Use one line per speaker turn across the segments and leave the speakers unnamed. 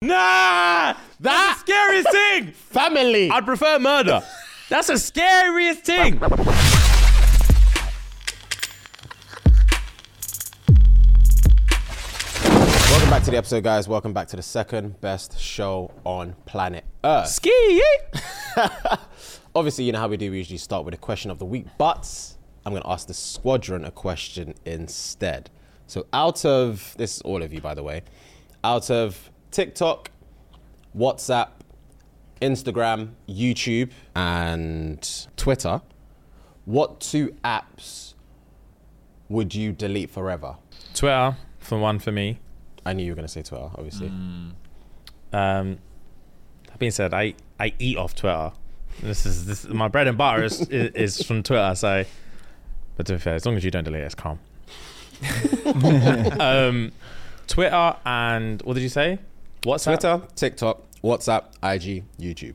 Nah, that's
That-
the scariest thing.
Family.
I'd prefer murder. That's the scariest thing.
Welcome back to the episode, guys. Welcome back to the second best show on planet Earth.
Ski.
Obviously, you know how we do. We usually start with a question of the week, but I'm going to ask the squadron a question instead. So, out of this is all of you, by the way, out of TikTok, WhatsApp, Instagram, YouTube, and Twitter, what two apps would you delete forever?
Twitter for one for me.
I knew you were going to say Twitter, obviously.
Um, that being said, I, I eat off Twitter. This is this my bread and butter is, is, is from Twitter. So, but to be fair, as long as you don't delete it, it's calm. um, Twitter and what did you say? WhatsApp.
Twitter, TikTok, WhatsApp, IG, YouTube.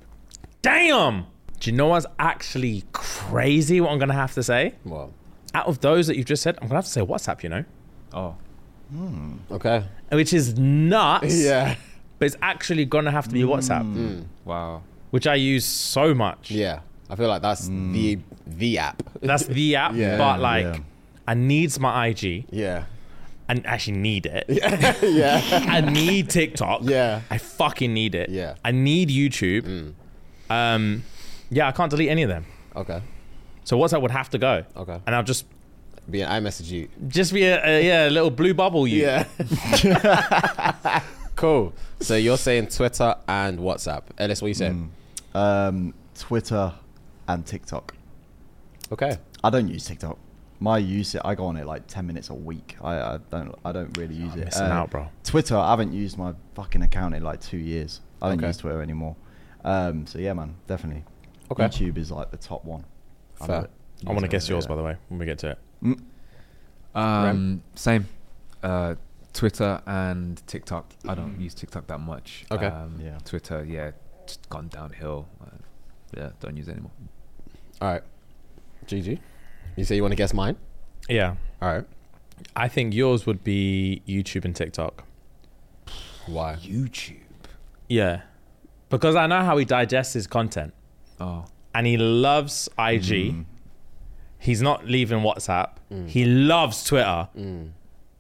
Damn. Do you know what's actually crazy? What I'm gonna have to say
Well,
out of those that you've just said, I'm gonna have to say WhatsApp. You know,
Oh.
okay.
which is nuts.
Yeah. Mm.
But it's actually gonna have to be WhatsApp,
Wow.
which I use so much.
Yeah. I feel like that's the the app.
That's the app.
Yeah.
but like,
yeah.
I needs my IG.
Yeah.
I actually need it.
yeah.
I need TikTok.
Yeah.
I fucking need it.
Yeah. Mm.
I need YouTube. Um, yeah, I can't delete any of them.
Okay.
So WhatsApp would have to go.
Okay.
And I'll just
Be an iMessage you.
just be a, a yeah a little blue bubble. You.
Yeah. cool. So you're saying Twitter and WhatsApp. Ellis, what are you saying?
Um, Twitter and TikTok.
Okay.
I don't use TikTok. My use it, I go on it like ten minutes a week. I, I don't, I don't really use it. Uh,
missing out, bro.
Twitter, I haven't used my fucking account in like two years. I don't
Okay.
use Twitter anymore. Um, so yeah, man, definitely.
Okay.
YouTube is like the top one. I
Fair.
love it.
I want to guess yours by the way when we get to it.
Um, same. Uh, Twitter and TikTok. I don't use TikTok that much.
Okay.
Um,
Yeah.
Twitter, yeah, just gone downhill. Uh, yeah, don't use it anymore.
All right. GG. You say you want to guess mine?
Yeah.
All right.
I think yours would be YouTube and TikTok.
Why?
YouTube.
Yeah. Because I know how he digests his content.
Oh,
and he loves IG.
Mm-hmm.
He's not leaving WhatsApp. He loves Twitter.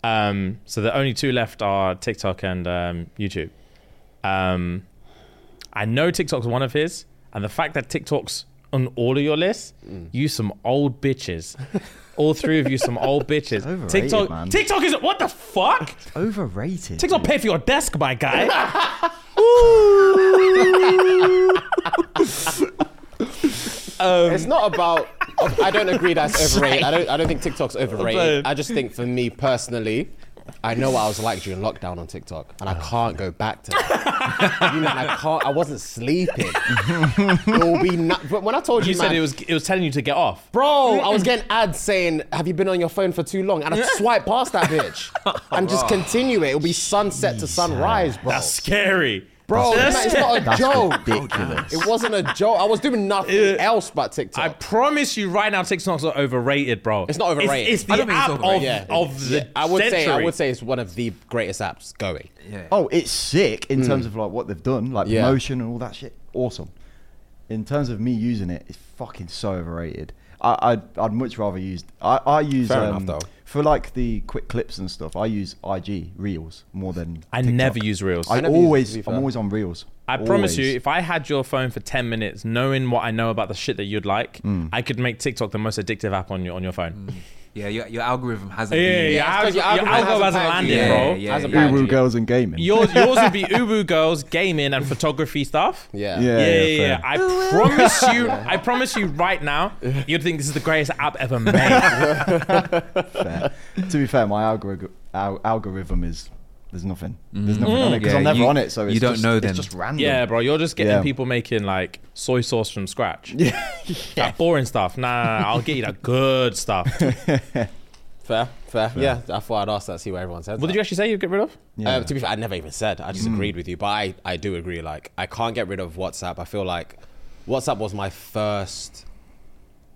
Um, so the only two left are TikTok and um, YouTube. Um, I know TikTok's one of his, and the fact that TikTok's on all of your lists, you some old bitches. all three of you, some old bitches.
Overrated,
TikTok,
man.
TikTok is what the fuck?
Overrated.
TikTok pay for your desk, my guy.
It's not about. I don't agree that's overrated. I don't. I don't think TikTok's overrated. I just think for me personally, I know what I was like during lockdown on TikTok, and I can't go back to. That. you know, and I can't. I wasn't sleeping. It'll be not, but when I told you,
you said
man,
it was it was telling you to get off.
Bro, I was getting ads saying, "Have you been on your phone for too long?" And I swipe past that bitch and just continue it. It'll be sunset to sunrise, bro.
That's scary.
bro,
That's
man, it's not a
That's
joke.
ridiculous.
It wasn't a joke. I was doing nothing else but TikTok.
I promise you right now, TikTok's not overrated, bro.
It's not overrated.
It's, the
I don't think it's
app of,
overrated.
Yeah.
of the
Yeah, I would
century.
say I would say it's one of the greatest apps going.
yeah.
Oh, it's sick in
Hmm.
terms of like what they've done, like
Yeah.
promotion and all that shit. Awesome. In terms of me using it, it's fucking so overrated. I, I'd, I'd much rather use. I, I use
Fair
um,
enough, though.
for like the quick clips and stuff. I use IG Reels more than.
I
TikTok.
never use Reels. I,
I,
never use it,
always.
to be
I'm
fair.
always on Reels.
promise you,
Always.
if I had your phone for 10 minutes, knowing what I know about the shit that you'd like,
Hmm.
I could make TikTok the most addictive app on your on your phone.
Yeah, your, your algorithm hasn't.
Yeah,
been-
yeah,
it's 'cause
your algo
hasn't
hasn't
packed you
landed,
in.
bro.
Yeah,
Hasn't
yeah,
packed
Uru
you.
girls and gaming.
Yours yours would be Ubu Girls, gaming, and photography stuff.
Yeah.
Yeah.
Yeah, yeah, yeah.
fair.
I promise you, I promise you right now, you'd think this is the greatest app ever made.
fair. to be fair, my algorithm al- algorithm is There's nothing. There's nothing on it because
Mm-hmm. Yeah,
I'm never
you-
on it, so
you
it's
don't
just,
know
It's
then.
just random.
Yeah, bro, you're just getting
Yeah.
people making like soy sauce from scratch. Yeah. That boring stuff. Nah, nah, nah, I'll get you that good stuff.
Fair, fair. Yeah, I thought I'd ask that, see where everyone's heads
What did
at.
you actually say you'd get rid of?
Yeah. Hmm.
Uh, to be fair, I never even said. I just agreed with you, but I, I do agree. Like, I can't get rid of WhatsApp. I feel like WhatsApp was my first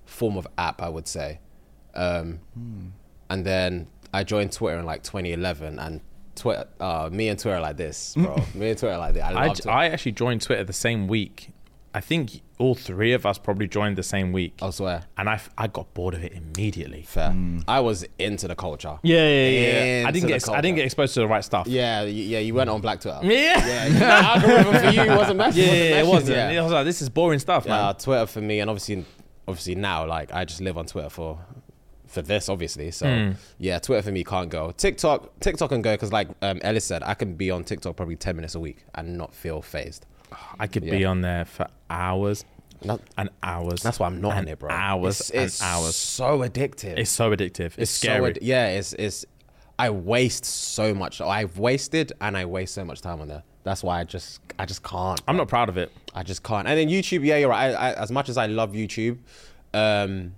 form of app, I would say. Um,
Hmm.
And then I joined Twitter in like 2011, and Twitter, uh, me and Twitter are like this, bro. me and Twitter are like this. I
I,
love Twitter.
I actually joined Twitter the same week. I think all three of us probably joined the same week.
I swear.
And I, f- I got bored of it immediately.
Oh. Fair. I was into the culture.
Yeah, yeah, yeah. I
Into
didn't
the
get ex- I didn't
culture.
get exposed to the right stuff.
Yeah, y- yeah. You went on Black Twitter.
Yeah.
Yeah, that algorithm for you wasn't matching.
Yeah, yeah, it
wasn't matching,
wasn't. I was like, this is boring stuff, man.
Yeah, Twitter for me, and obviously, obviously now, like I just live on Twitter for for this, obviously. So
Hmm.
yeah, Twitter for me can't go. TikTok, TikTok can go because, like um, Ellis said, I can be on TikTok probably ten minutes a week and not feel phased.
I could be
Yeah.
on there for hours
No-
and hours.
that's why I'm not in
and
it, bro.
Hours
it's, it's
and hours.
So addictive.
It's so addictive. It's,
so
scary.
add- yeah, it's it's. I waste so much. I've wasted and I waste so much time on there. That's why I just I just can't.
I'm not proud of it.
I just can't. And then YouTube, yeah, you're right. I, I, as much as I love YouTube, um,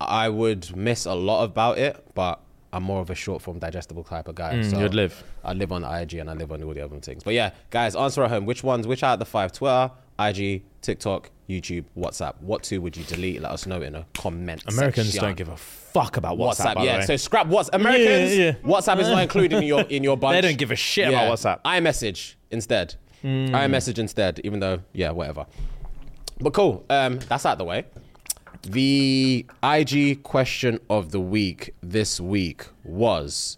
I would miss a lot about it, but I'm more of a short form digestible type of guy. so
Mm, you'd live.
I live on IG and I live on all the other things. But yeah, guys, answer at home. Which ones? Which out of the five? Twitter, IG, TikTok, YouTube, WhatsApp. What two would you delete? Let us know in a comment.
Americans
section.
don't give a fuck about WhatsApp.
WhatsApp,
by the
yeah.
way.
So scrap WhatsApp. Americans,
yeah.
WhatsApp is not included in your in your bunch.
don't give a shit about WhatsApp. Hmm.
iMessage instead. iMessage instead, even though yeah, whatever. But cool. Um, that's out the way. The IG question of the week this week was,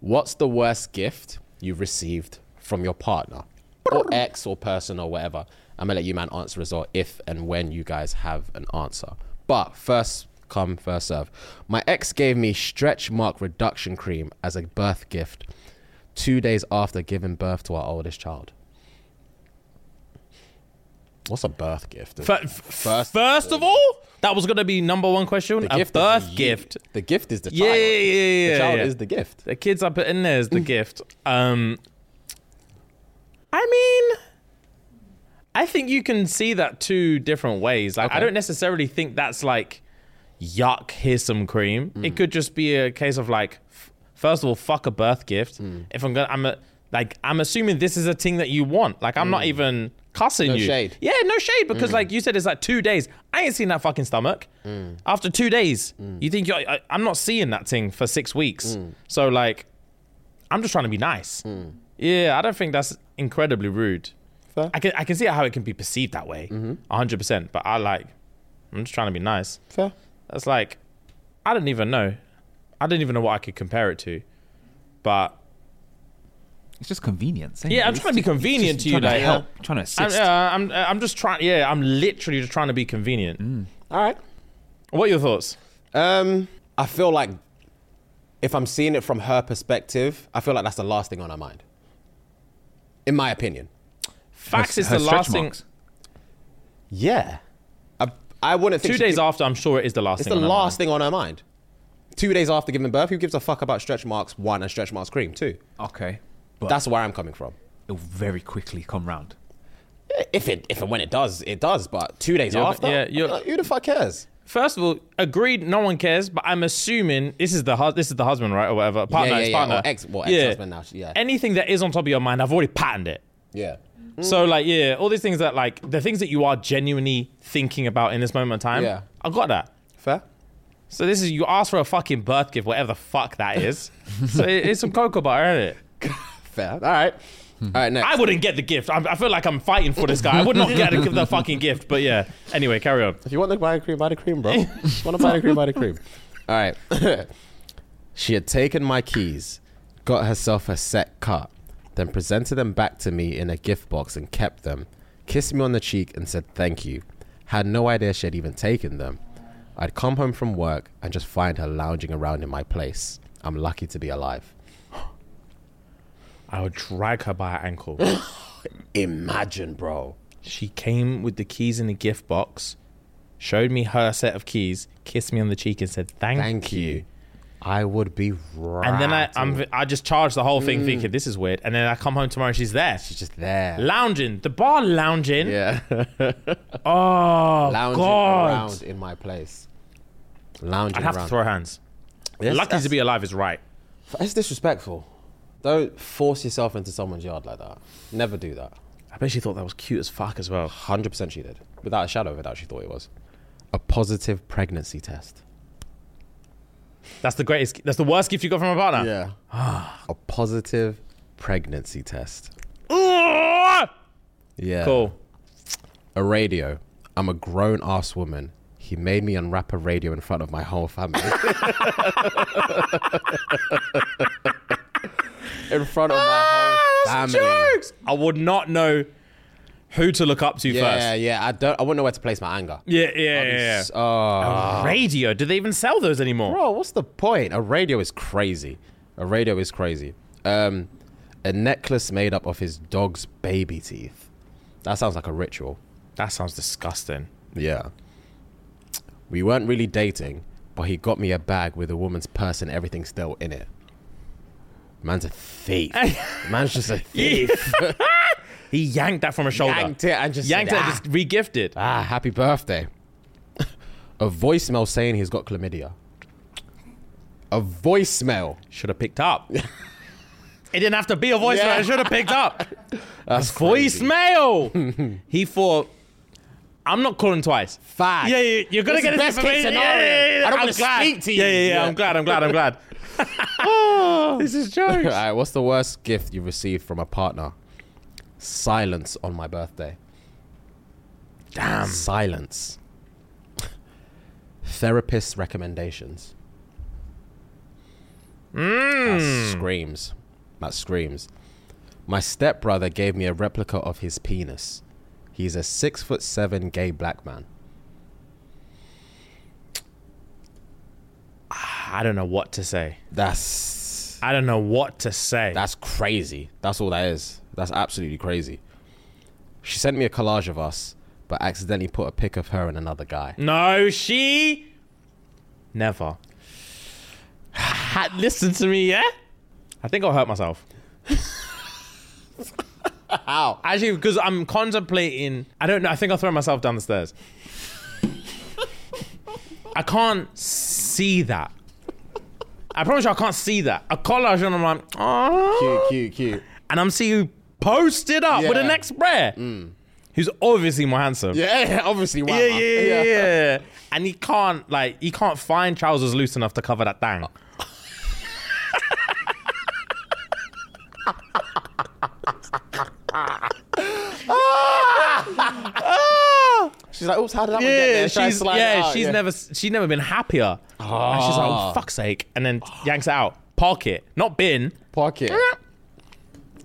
what's the worst gift you've received from your partner, or ex, or person, or whatever? I'm gonna let you man answer as well if and when you guys have an answer. But first come, first serve. My ex gave me stretch mark reduction cream as a birth gift two days after giving birth to our oldest child. What's a birth gift?
Fir- f- first,
First-
of all, that was gonna be number one question. a
gift is
birth
you-
gift.
The gift is the child.
Yeah, yeah, yeah, yeah.
The child
yeah.
is the gift.
The kids I put in there is the gift. Um, I mean, I think you can see that two different ways. Like, I
Okay.
don't necessarily think that's like, yuck, here's some cream.
Mm.
It could just be a case of like, f- first of all, fuck a birth gift.
Mm.
If I'm gonna, I'm a, like, I'm assuming this is a thing that you want. Like, I'm not even cussing
Mm. No
you.
shade. Mm.
Yeah, no shade because like you said, it's like two days. I ain't seen that fucking stomach.
Mm.
After two days, you think you're, I, I'm not seeing that thing for six weeks.
Mm.
So like, I'm just trying to be nice. Yeah, I don't think that's incredibly rude.
Fair. Mm-hmm.
I can I can see how it can be perceived that way, 100. percent But I like, I'm just trying to be nice.
Fair.
That's like, I don't even know. I don't even know what I could compare it to. But
It's just convenience. ain't
Yeah,
it?
I'm
It's
trying to be
just- it's
convenient
just
to you,
trying
like,
help, trying to
I'm,
assist.
uh, I'm I'm just trying. Yeah, I'm literally just trying to be convenient.
Mm.
All right.
What are your thoughts?
Um, I feel like if I'm seeing it from her perspective, I feel like that's the last thing on her mind. In my opinion.
Facts
Her-
is
her
the
stretch
last thing.
marks.
Yeah. I, I wouldn't think
Two
she
days
gi-
after, I'm sure it is the last
It's
thing.
the
on my
last thing on her mind. Two days after giving birth, who gives a fuck about stretch marks one and stretch marks cream two?
Okay, but
That's where I'm coming from.
it'll very quickly come round.
If it, if and when it does, it does. But two days
Yeah, but-
after,
yeah,
I'd be
you're-
like, who the fuck cares?
First of all, agreed. No one cares, but I'm assuming this is the hus- this is the husband, right, or whatever partner,
yeah,
it's
yeah.
partner,
Or ex- well, ex-husband now, yeah.
Anything that is on top of your mind, I've already patterned it.
Yeah.
So
Mm.
like, yeah, all these things that like the things that you are genuinely thinking about in this moment in time.
Yeah.
I got that.
Fair.
So this is you asked for a fucking birth gift, whatever the fuck that is. so it- it's some cocoa butter, isn't it?
Fair. All right. All right. Next.
I wouldn't get the gift. I, I feel like I'm fighting for this guy. I would not get the, the fucking gift, but yeah. Anyway, carry on.
If you want to buy the cream, buy the cream, bro. want to buy the cream, buy the cream. All right. she had taken my keys, got herself a set cut, then presented them back to me in a gift box and kept them, kissed me on the cheek and said thank you. Had no idea she had even taken them. I'd come home from work and just find her lounging around in my place. I'm lucky to be alive.
I would drag her by her ankle.
Imagine, bro.
she came with the keys in the gift box, showed me her set of keys, kissed me on the cheek, and said, "Thank,
Thank you. I would be right.
And then I I'm, I just charge the whole
Mm.
thing thinking this is weird. And then I come home tomorrow and she's there.
She's just there.
lounging. The bar lounging.
yeah.
Oh
Lounging
god.
around in my place. Lounging
I'd have
around.
to throw hands.
Yes,
Lucky
that's-
to be alive is right.
It's disrespectful. Don't force yourself into someone's yard like that. Never do that.
I bet she thought that was cute as fuck as well.
100% she did. Without a shadow of a doubt, she thought it was. A positive pregnancy test.
That's the greatest. That's the worst gift you got from a partner.
Yeah. a positive pregnancy test.
Ugh!
Yeah.
Cool.
A radio. I'm a grown ass woman. He made me unwrap a radio in front of my whole family. in front of my whole
Ah, That's
family.
jokes. I would not know who to look up to
Yeah,
first.
yeah. I don't. I wouldn't know where to place my anger.
Yeah, yeah, yeah.
It's- Oh,
Radio? Do they even sell those anymore?
bro, what's the point? A radio is crazy. A radio is crazy. Um, a necklace made up of his dog's baby teeth. That sounds like a ritual.
That sounds disgusting.
Yeah. We weren't really dating, but he got me a bag with a woman's purse and everything still in it. Man's a thief. Man's just a thief.
He yanked that from her shoulder.
Yanked it and just
Yanked
said,
it.
"Ah."
and Just regifted.
ah, happy birthday. a voicemail saying he's got chlamydia. A voicemail.
Should have picked up. it didn't have to be a voicemail.
Yeah.
I should have picked up. That's voicemail. he thought, I'm not calling twice.
Fact.
Yeah, yeah, you're gonna
It's the
get this
best case
information. Yeah,
scenario.
yeah, yeah, yeah.
I don't
I'm
wanna
glad.
speak to
Yeah,
you.
yeah, yeah.
Yeah.
I'm glad. I'm glad. I'm glad. this is
All
jokes.
right, what's the worst gift you received from a partner? Silence on my birthday. Damn. Silence. Therapist recommendations.
Mmm.
That screams. That screams. My stepbrother gave me a replica of his penis. He's a six foot seven gay black man.
I don't know what to say.
That's
I don't know what to say.
That's crazy. That's all that is. That's absolutely crazy. She sent me a collage of us, but accidentally put a pic of her and another guy.
no, she never. Ha- Listen to me, yeah. I think I'll hurt myself. How? Actually, because I'm contemplating. I don't know. I think I'll throw myself down the stairs. I can't see that. I promise you, I can't see that. A collage, and I'm like, oh.
Cute, cute, cute.
and I'm seeing you posted up with
Yeah.
an ex prayer who's obviously more handsome.
Yeah, obviously. Wow.
Yeah, yeah, yeah, yeah. And he can't like he can't find trousers loose enough to cover that thing.
She's like, oops, how did that one get
Yeah,
there? Should I
she's
slide it
yeah,
out?
she's never she's never been happier. And she's like, oh, fuck's sake, and then yanks it out. Park it, not bin.
pocket.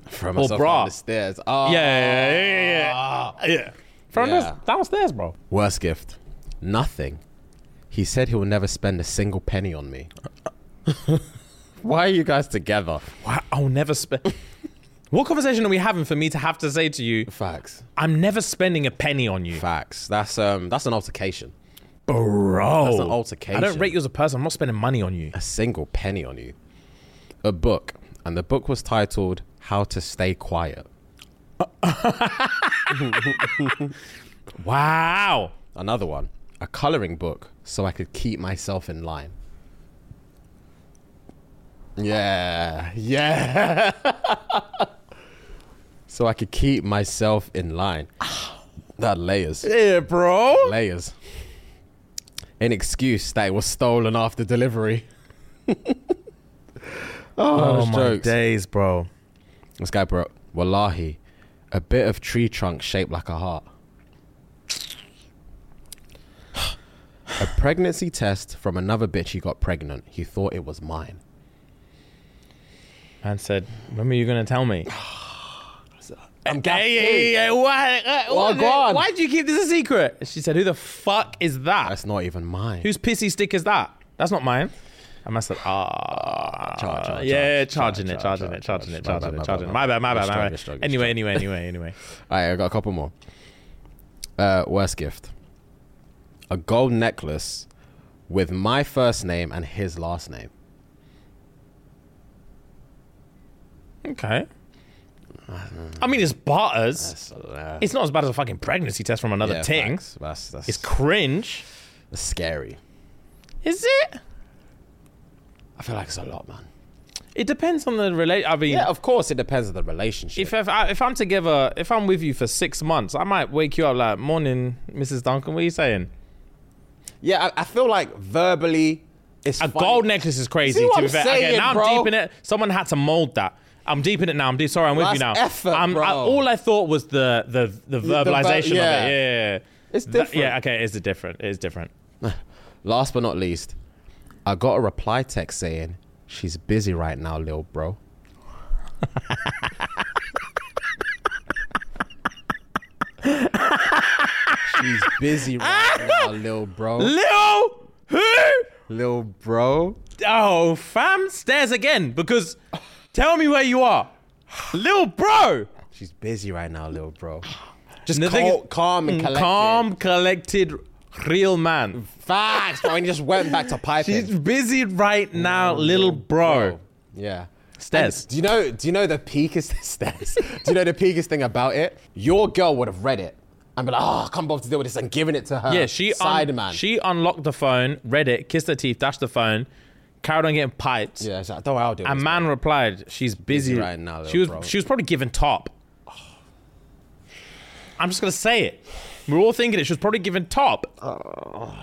From
Or
myself
bra.
down the stairs. Oh.
Yeah, yeah, yeah, yeah, yeah. Ah. yeah. From
Yeah.
this- downstairs, bro.
Worst gift. Nothing. He said he will never spend a single penny on me. Why are you guys together?
Wow, I'll never spend. what conversation are we having for me to have to say to you?
Facts.
I'm never spending a penny on you.
Facts. That's um. That's an altercation.
Bro,
That's an altercation.
I don't rate you as a person. I'm not spending money on you.
a single penny on you. A book, and the book was titled "How to Stay Quiet."
Wow.
Another one, a coloring book, so I could keep myself in line. Yeah, yeah. so I could keep myself in line. That layers,
Yeah, bro.
layers. An excuse that it was stolen after delivery. oh,
Oh
those
my
jokes.
days, bro.
This guy brought Wallahi, a bit of tree trunk shaped like a heart. A pregnancy test from another bitch he got pregnant. He thought it was mine.
Man said, "When were you gonna tell me?"
I'm
Hey, hey, hey, why? uh,
Well,
why-
go on.
Why do you keep this a secret? And She said, "Who the fuck is that?
That's not even mine.
Whose pissy stick is that? That's not mine." And I said, "Ah,
Charge, charge,
yeah,
charge,
charging it,
charge,
charging
charge,
it, charging
charge.
it, charging
My
it,
bad,
charging it." My bad, my
You're
bad,
strong,
my
you're
bad.
strong, you're
Anyway, anyway, anyway, anyway.
All right, I got a couple more. Uh, worst gift: a gold necklace with my first name and his last name.
Okay. I mean, it's butters.
That's, uh,
It's not as bad as a fucking pregnancy test from another
yeah,
ting.
facts. That's, that's,
It's cringe.
that's scary.
Is it?
I feel like it's a lot, man.
It depends on the relate. I mean,
Yeah, of course, it depends on the relationship.
if if, I, if I'm together, if I'm with you for six months, I might wake you up like, "Morning, Mrs. Duncan. What are you saying?"
yeah, I, I feel like verbally, it's
A
funny.
gold necklace is crazy.
See
to
what
be
I'm
fair. okay,
saying,
now I'm
bro?
deep in it. Someone had to mold that. I'm deep in it now. I'm deep. Sorry, I'm with
That's
you now.
effort,
I'm- I,
bro.
all I thought was the the the
ver-
verbalization
yeah.
of it. Yeah, yeah, yeah.
It's
That-
different.
yeah, okay, it's different. It's different.
Last but not least, I got a reply text saying she's busy right now, lil bro. she's busy right now, lil bro.
Leo, who?
Lil bro.
Oh, fam, stairs again because tell me where you are. Lil bro.
She's busy right now, lil bro.
Just
Cal- calm and collected.
Mm, Calm, collected, real man.
Facts, bro. And he just went back to piping.
She's busy right now, little bro.
Yeah.
Stairs.
And Do you know? Do you know the peakest stairs? do you know the peakest thing about it? Your girl would have read it and be like, "Oh, I can't bother to deal with this," and giving it to her.
Yeah, she
side
un-
man.
She unlocked the phone, read it, kissed her teeth, dashed the phone, carried on getting pipes.
yeah, she's like, don't worry, I'll do
A
it.
man replied, "She's busy,
right now, little
She was
bro.
she was probably giving top. I'm just gonna say it. We're all thinking it. She was probably giving top.
Oh.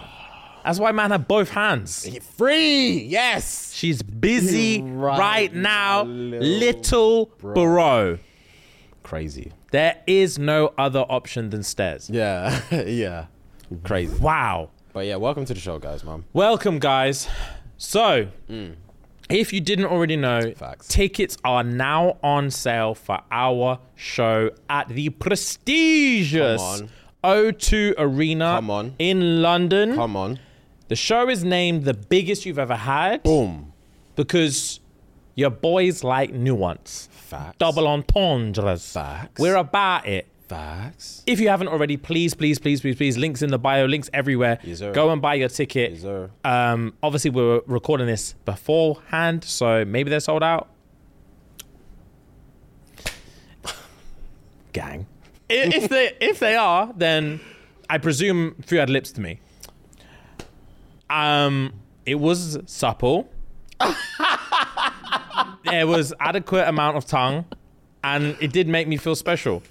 That's why man had both hands.
Free, yes.
She's busy right,
Right
now,
now,
little bro.
Crazy.
There is no other option than stairs.
Yeah, yeah. Crazy.
Wow.
But yeah, welcome to the show, guys, mom.
Welcome, guys. So, if you didn't already know,
Hmm. Facts.
tickets are now on sale for our show at the prestigious
Come
O2 Arena
Come on.
in London.
Come on.
The show is named The Biggest You've Ever Had
Boom.
because your boys like nuance.
Facts.
Double entendres.
Facts.
We're about it.
Facts.
If you haven't already, please, please, please, please, please, links in the bio, links everywhere.
Yes, sir.
Go and buy your ticket.
Yes, sir.
Um, obviously, we were recording this beforehand, so maybe they're sold out. Gang. I- if they if they are, then I presume Few had lips to me. Um, it was supple. there was adequate amount of tongue, and it did make me feel special.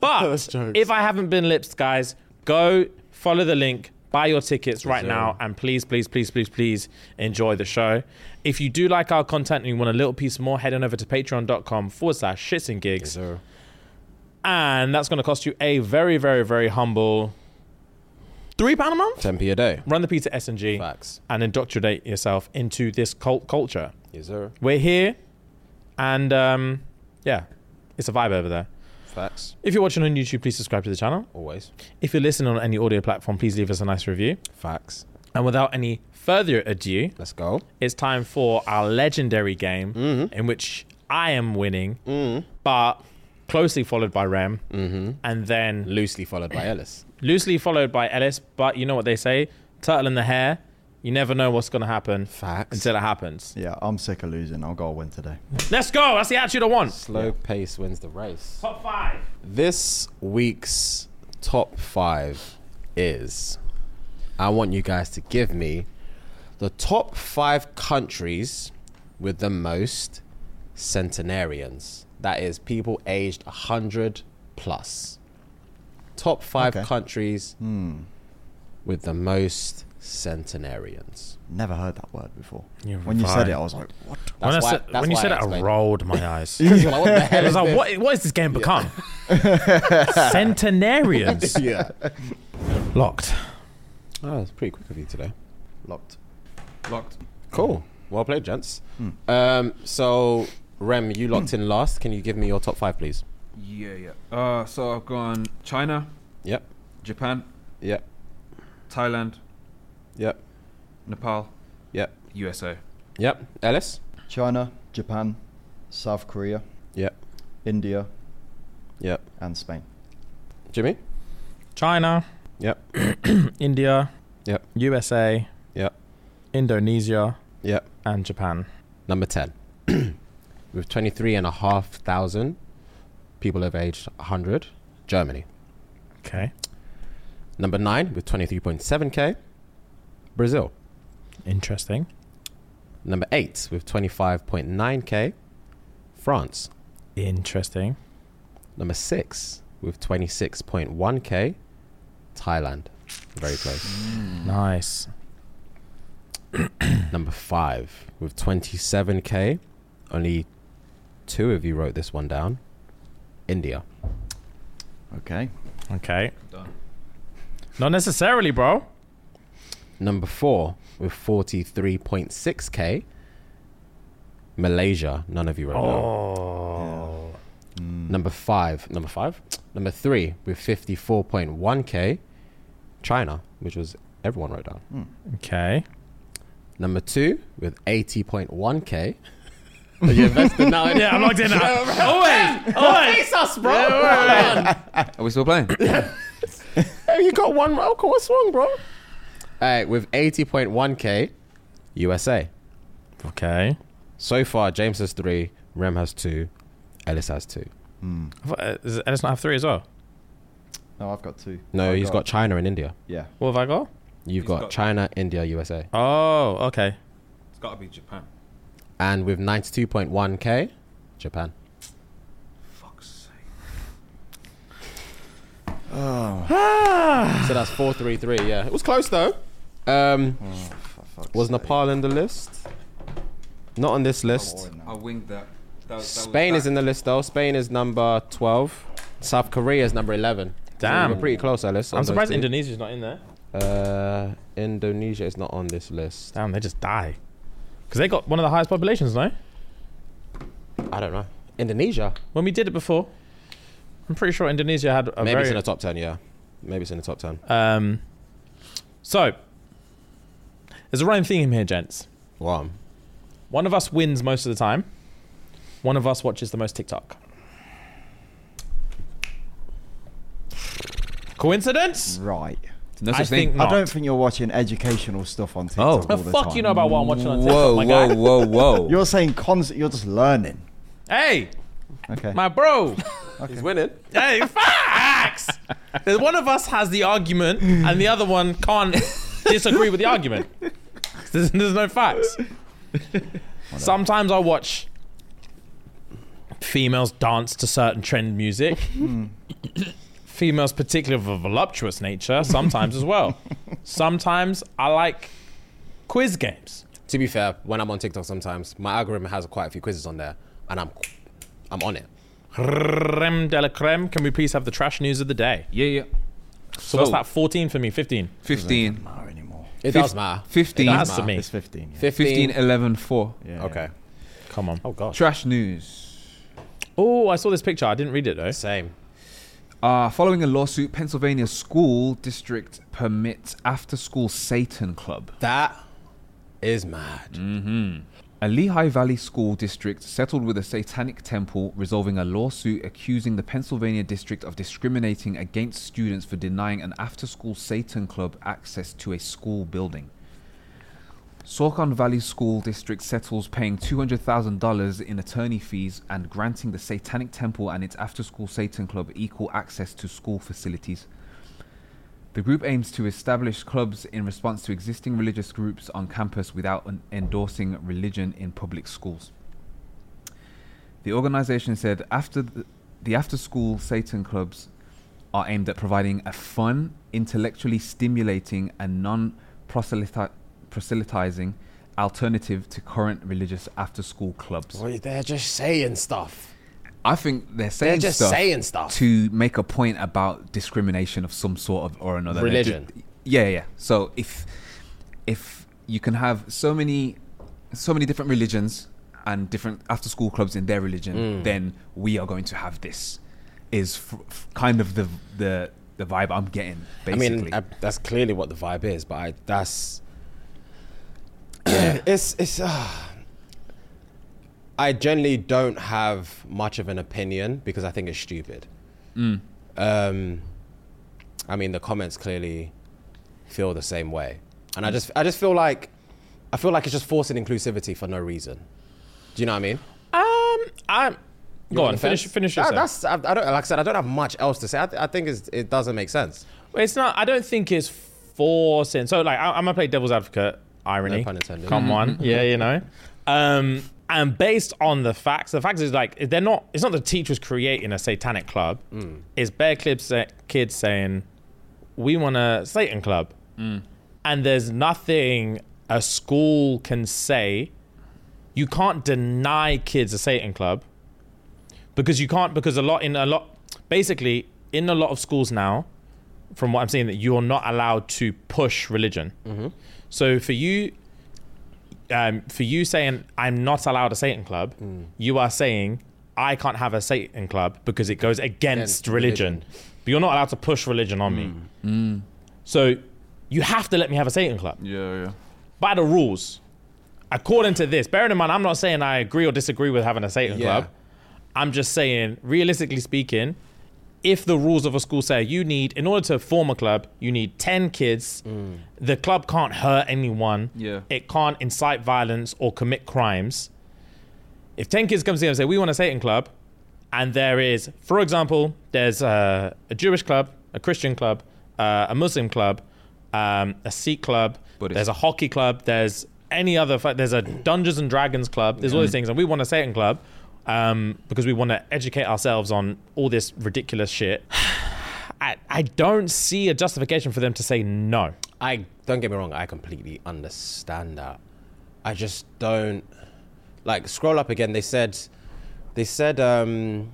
But
That's jokes.
if I haven't been lips, guys, go follow the link, buy your tickets right now, and please, please, please, please, please enjoy the show. If you do like our content and you want a little piece more, head on over to patreon.com forward slash shits and gigs.
sir.
And that's going to cost you a very, very, very humble £3 a month.
Ten p a day.
Run the P to S&G
Facts.
and indoctrinate yourself into this cult culture.
Yes, sir.
We're here, and um, yeah, it's a vibe over there.
Facts.
If you're watching on YouTube, please subscribe to the channel.
Always.
If you're listening on any audio platform, please leave us a nice review.
Facts.
And without any further ado,
Let's go.
it's time for our legendary game
Mm-hmm.
in which I am winning, but closely followed by Rem,
Mm-hmm.
and then
Loosely followed by Ellis.
loosely followed by Ellis. But you know what they say turtle in the hair. You never know what's going to happen
Facts.
until it happens.
Yeah, I'm sick of losing. I'll go win today.
Let's go. That's the attitude I want.
Slow pace wins the race.
Top five.
This week's top five is I want you guys to give me the top five countries with the most centenarians. That is, people aged 100 plus. Top five
Okay. Hmm.
countries with the most centenarians.
Never heard that word before.
You're
when you said
fine.
it, I was like, what?
When, I
That's why-
said,
that's
when you
why
said
I
it, I
explained.
rolled my eyes.
Like, what the hell
I was
is
like,
this?
what, what has this game become? Centenarians.
Yeah.
Locked.
Oh, it's pretty quick of you today.
Locked.
Locked.
Cool. Well played, gents. Um, so, Rem, you locked in last. Can you give me your top five, please?
Yeah, yeah. Uh, so I've gone China,
Yep.
Japan,
Yep.
Thailand,
Yep.
Nepal,
Yep.
USA.
Yep. Ellis?
China, Japan, South Korea,
Yep.
India,
Yep.
and Spain.
Jimmy?
China,
Yep.
India,
Yep.
USA,
Yep.
Indonesia,
Yep.
and Japan.
Number 10. with 23,500 people over age 100, Germany.
Okay.
Number nine with 23.7K, Brazil.
Interesting.
Number eight with 25.9K, France.
Interesting.
Number six with 26.1K, Thailand. Very close.
Nice.
Number five with 27K, only two of you wrote this one down, India.
Okay.
Okay. Not necessarily, bro.
Number four with 43.6K, Malaysia. None of you wrote down.
Oh.
Number five, number five, number three with 54.1k, China, which was everyone wrote down.
Okay.
Number two with 80.1k. Are you invested now?
Yeah, I'm logged in now. Always. Always.
Face us, bro.
Are we still playing?
Hey, you got one. Okay, what's wrong, bro? All right, with 80.1k, USA.
Okay.
So far, James has three, Rem has two, Ellis has two.
I thought- uh, Does Ellis not have three as well?
No, I've got two.
No,
I've
he's got China and India.
Yeah.
What have I got?
You've
He's
got,
got-
China, India, USA.
Oh, okay.
It's got to be Japan.
And with 92.1k, Japan.
Fuck's sake.
So that's four three three. Yeah, it was close though. Um, was Nepal in the list? Not on this list.
I winged that. that, was- that
Spain is in the list though. Spain is number twelve. South Korea is number eleven.
Damn.
so we're pretty close, Ellis. on
I'm
those
surprised
two.
Indonesia's not in there.
uh, Indonesia is not on this list.
Damn, they just die. Because they got one of the highest populations, no?
I don't know. Indonesia.
When we did it before, I'm pretty sure Indonesia had a
Maybe
very.
it's in the top ten. Yeah. Maybe it's in the top ten.
um, so, there's a running theme here, gents.
Wow.
One of us wins most of the time. One of us watches the most TikTok. Coincidence?
Right.
No
I
such thing.
think not.
I don't think you're watching educational stuff on TikTok.
Oh.
all
The
the
the
fuck
time.
you know about what I'm watching on TikTok,
Whoa,
my
whoa,
guy.
whoa, whoa,
You're saying constant. You're just learning.
Hey,
Okay.
my bro.
He's winning.
hey, facts. There's one of us has the argument, and the other one can't disagree with the argument. There's, there's no facts. Sometimes I watch females dance to certain trend music. females, particularly of a voluptuous nature, sometimes as well. Sometimes I like quiz games.
To be fair, when I'm on TikTok, sometimes my algorithm has quite a few quizzes on there, and I'm, I'm on it.
Creme de la creme. Can we please have the trash news of the day?
Yeah, yeah.
So, what's that? 14 for me, 15.
15.
Not anymore.
It does matter.
15.
It
That's
does
to
matter.
me.
It's 15. Yeah.
15.
15, 11, 4.
Yeah,
Okay.
Come on. Oh gosh.
Trash news.
Oh, I saw this picture. I didn't read it though.
Same.
Uh, following a lawsuit, Pennsylvania school district permits after school Satan club.
That is mad.
Mm.
A Lehigh Valley school district settled with a satanic temple, resolving a lawsuit accusing the Pennsylvania district of discriminating against students for denying an after school Satan club access to a school building. Saucon Valley School District settles paying $200,000 in attorney fees and granting the Satanic Temple and its after school Satan Club equal access to school facilities. The group aims to establish clubs in response to existing religious groups on campus without en- endorsing religion in public schools. The organization said after the, the after school Satan clubs are aimed at providing a fun, intellectually stimulating, and non proselytizing alternative to current religious after school clubs.
Well, they're just saying stuff.
I think they're saying
just
stuff
saying stuff.
to make a point about discrimination of some sort of or another. They're
Religion.
ju- yeah, yeah. So if if you can have so many so many different religions and different after school clubs in their religion,
Mm.
then we are going to have this. Is f- f- kind of the the the vibe I'm getting. Basically,
I mean, I, that's clearly what the vibe is, but I, that's. it's. it's uh, I generally don't have much of an opinion because I think it's stupid.
Mm.
Um, I mean, the comments clearly feel the same way. And
Mm.
I just, I just feel like, I feel like it's just forcing inclusivity for no reason. Do you know what I mean?
Um, I go on. Finish.
Defense?
Finish
That-
your. set.
that's I, I don't like I said. I don't have much else to say. I, th- I think it's, it doesn't make sense.
Well, It's not. I don't think it's forcing. So like, I, I'm gonna play devil's advocate. Irony.
No pun intended.
Come on. yeah, you know. Um, and based on the facts, the facts is like they're not. It's not the teachers creating a satanic club.
Hmm.
It's bare clips that kids saying, "We want a Satan club,"
Hmm.
and there's nothing a school can say. You can't deny kids a Satan club because you can't because a lot in a lot basically in a lot of schools now from what i'm seeing that you're not allowed to push religion
Mm-hmm.
so for you um, for you saying i'm not allowed a satan club
Mm.
you are saying i can't have a satan club because it goes against
Against
religion.
religion. Mm.
but you're not allowed to push religion on me
Mm.
so you have to let me have a satan club
Yeah, yeah.
by the rules, according to this, bearing in mind, I'm not saying I agree or disagree with having a Satan
Yeah.
club. I'm just saying, realistically speaking, if the rules of a school say you need, in order to form a club, you need 10 kids, the club can't hurt anyone,
Yeah.
it can't incite violence or commit crimes. If 10 kids come together and say, we want a Satan club, and there is, for example, there's a, a Jewish club, a Christian club, uh, a Muslim club, um, a Sikh club,
Buddhist.
there's a hockey club, there's any other, fu- there's a Dungeons and Dragons club, there's all these things, and we want a Satan club um, because we want to educate ourselves on all this ridiculous shit. I, I don't see a justification for them to say no.
I don't get me wrong. I completely understand that. I just don't like scroll up again. They said, they said um,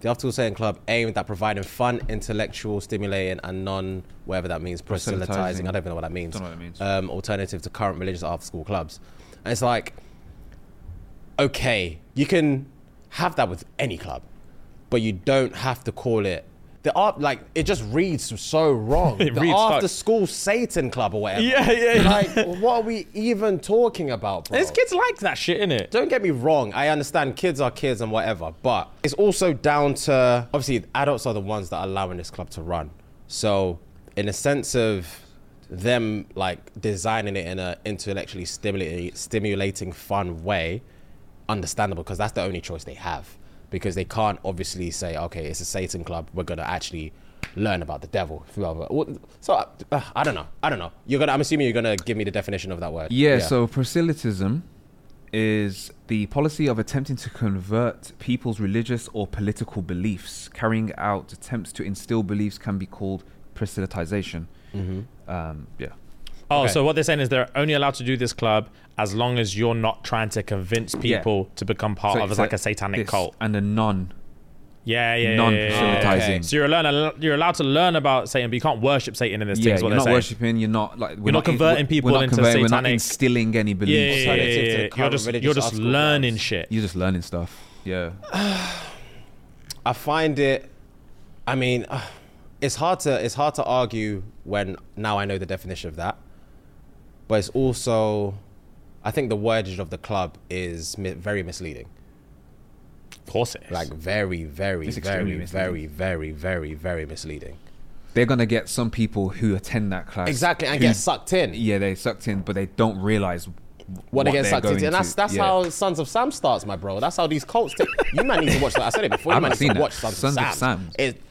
the After All Saying Club aimed at providing fun, intellectual, stimulating, and non whatever that means proselytizing.
Proselytizing.
I don't even know what that means.
Don't know what that means.
Um, alternative to current religious after school clubs, and it's like, okay, you can have that with any club, but you don't have to call it. The art like it just reads so wrong.
It
the
reads fucked.
after school Satan club or whatever.
Yeah, yeah, yeah.
Like, what are we even talking about, bro?
These kids like that shit, innit?
Don't get me wrong. I understand kids are kids and whatever, but it's also down to obviously adults are the ones that are allowing this club to run. So, in a sense of them like designing it in a intellectually stimulating, stimulating, fun way, understandable because that's the only choice they have because they can't obviously say, okay, it's a Satan club. We're gonna actually learn about the devil. So uh, I don't know. I don't know. You're gonna. I'm assuming you're gonna give me the definition of that word.
Yeah, so proselytism is the policy of attempting to convert people's religious or political beliefs. Carrying out attempts to instill beliefs can be called proselytization.
Mm-hmm.
Um, yeah.
Oh,
Okay.
so what they're saying is they're only allowed to do this club as long as you're not trying to convince people to become part of
it's
it's like, a satanic
this
cult.
And a non.
Yeah, yeah, yeah, yeah, yeah, yeah, yeah.
Non-proselytizing.
So you're learn, you're allowed to len about Satan, but you can't worship Satan in this
Yeah,
thing. Is what
you're
they're
not
saying.
worshipping. You're not like we're
You're not converting
we're-
people
we're not
into
converting, We're not
satanic-
instilling any
Yeah,
beliefs.
yeah, yeah, yeah,
Alternative to the
yeah. You're
current
just
religious
you're just
article
learning
grounds.
shit.
You're just learning stuff. Yeah.
I find it. I mean, uh, it's hard to it's hard to argue when now I know the definition of that, but it's also, I think the wordage of the club is mi- very misleading.
Of course, it is.
Like very, very,
It's
very,
extremely misleading.
very, very, very, very misleading.
They're gonna get some people who attend that class
Exactly, and
who-
get sucked in.
Yeah, they sucked in, but they don't realize
What, they get
they're
sucked
going
into, and that's
to.
that's
Yeah.
how Sons of Sam starts, my bro. That's how these cults. Take. You might need to watch that. I said it before.
I
You
haven't
might need
seen
to
that.
watch Sons,
Sons of
of Sam.
Sam's.
It,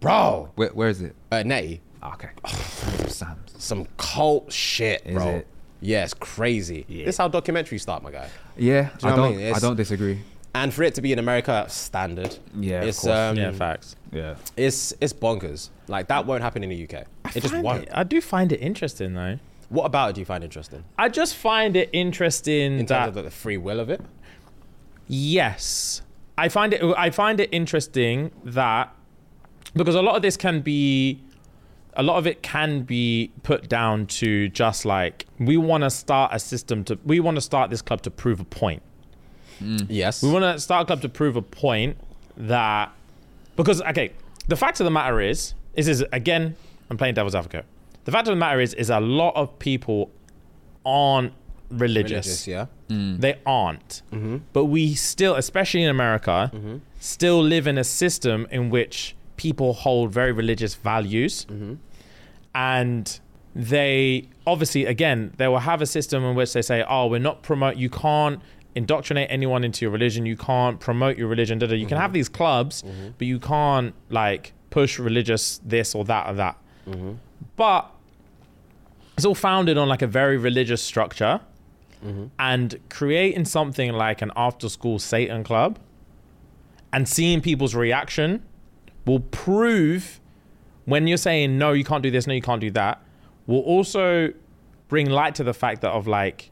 bro,
Where, where is it?
uh, Nettie.
Ah, Okay. Sons of Sam's.
some cult shit,
Is
bro.
it?
Yeah, it's crazy. This is how documentaries start, my guy.
Yeah,
Do you
I
know what I
don't.
mean?
I,
It's-
don't disagree.
And for it to be in America, standard.
Yeah, of
it's
course.
um,
yeah, facts.
Yeah.
it's it's bonkers. Like that won't happen in the UK. It just
Find
won't.
it- I do find it interesting though.
What about it do you find interesting
I just find it interesting
in
that
terms of the free will of it?
Yes, I find it. I find it interesting that because a lot of this can be, a lot of it can be put down to just like we want to start a system to we want to start this club to prove a point.
Yes.
Mm. We want to start a club to prove a point that because okay, the fact of the matter is, this is again, I'm playing devil's advocate. The fact of the matter is, is a lot of people aren't
religious, yeah.
they aren't. But we still, especially in America, still live in a system in which people hold very religious values. And they obviously, again, they will have a system in which they say, oh, we're not promote. you can't indoctrinate anyone into your religion. You can't promote your religion. Da, da. You can have these clubs, but you can't like push religious this or that or that. But it's all founded on like a very religious structure, and creating something like an after-school Satan club, and seeing people's reaction will prove when you're saying no, you can't do this, no, you can't do that, will also bring light to the fact that of like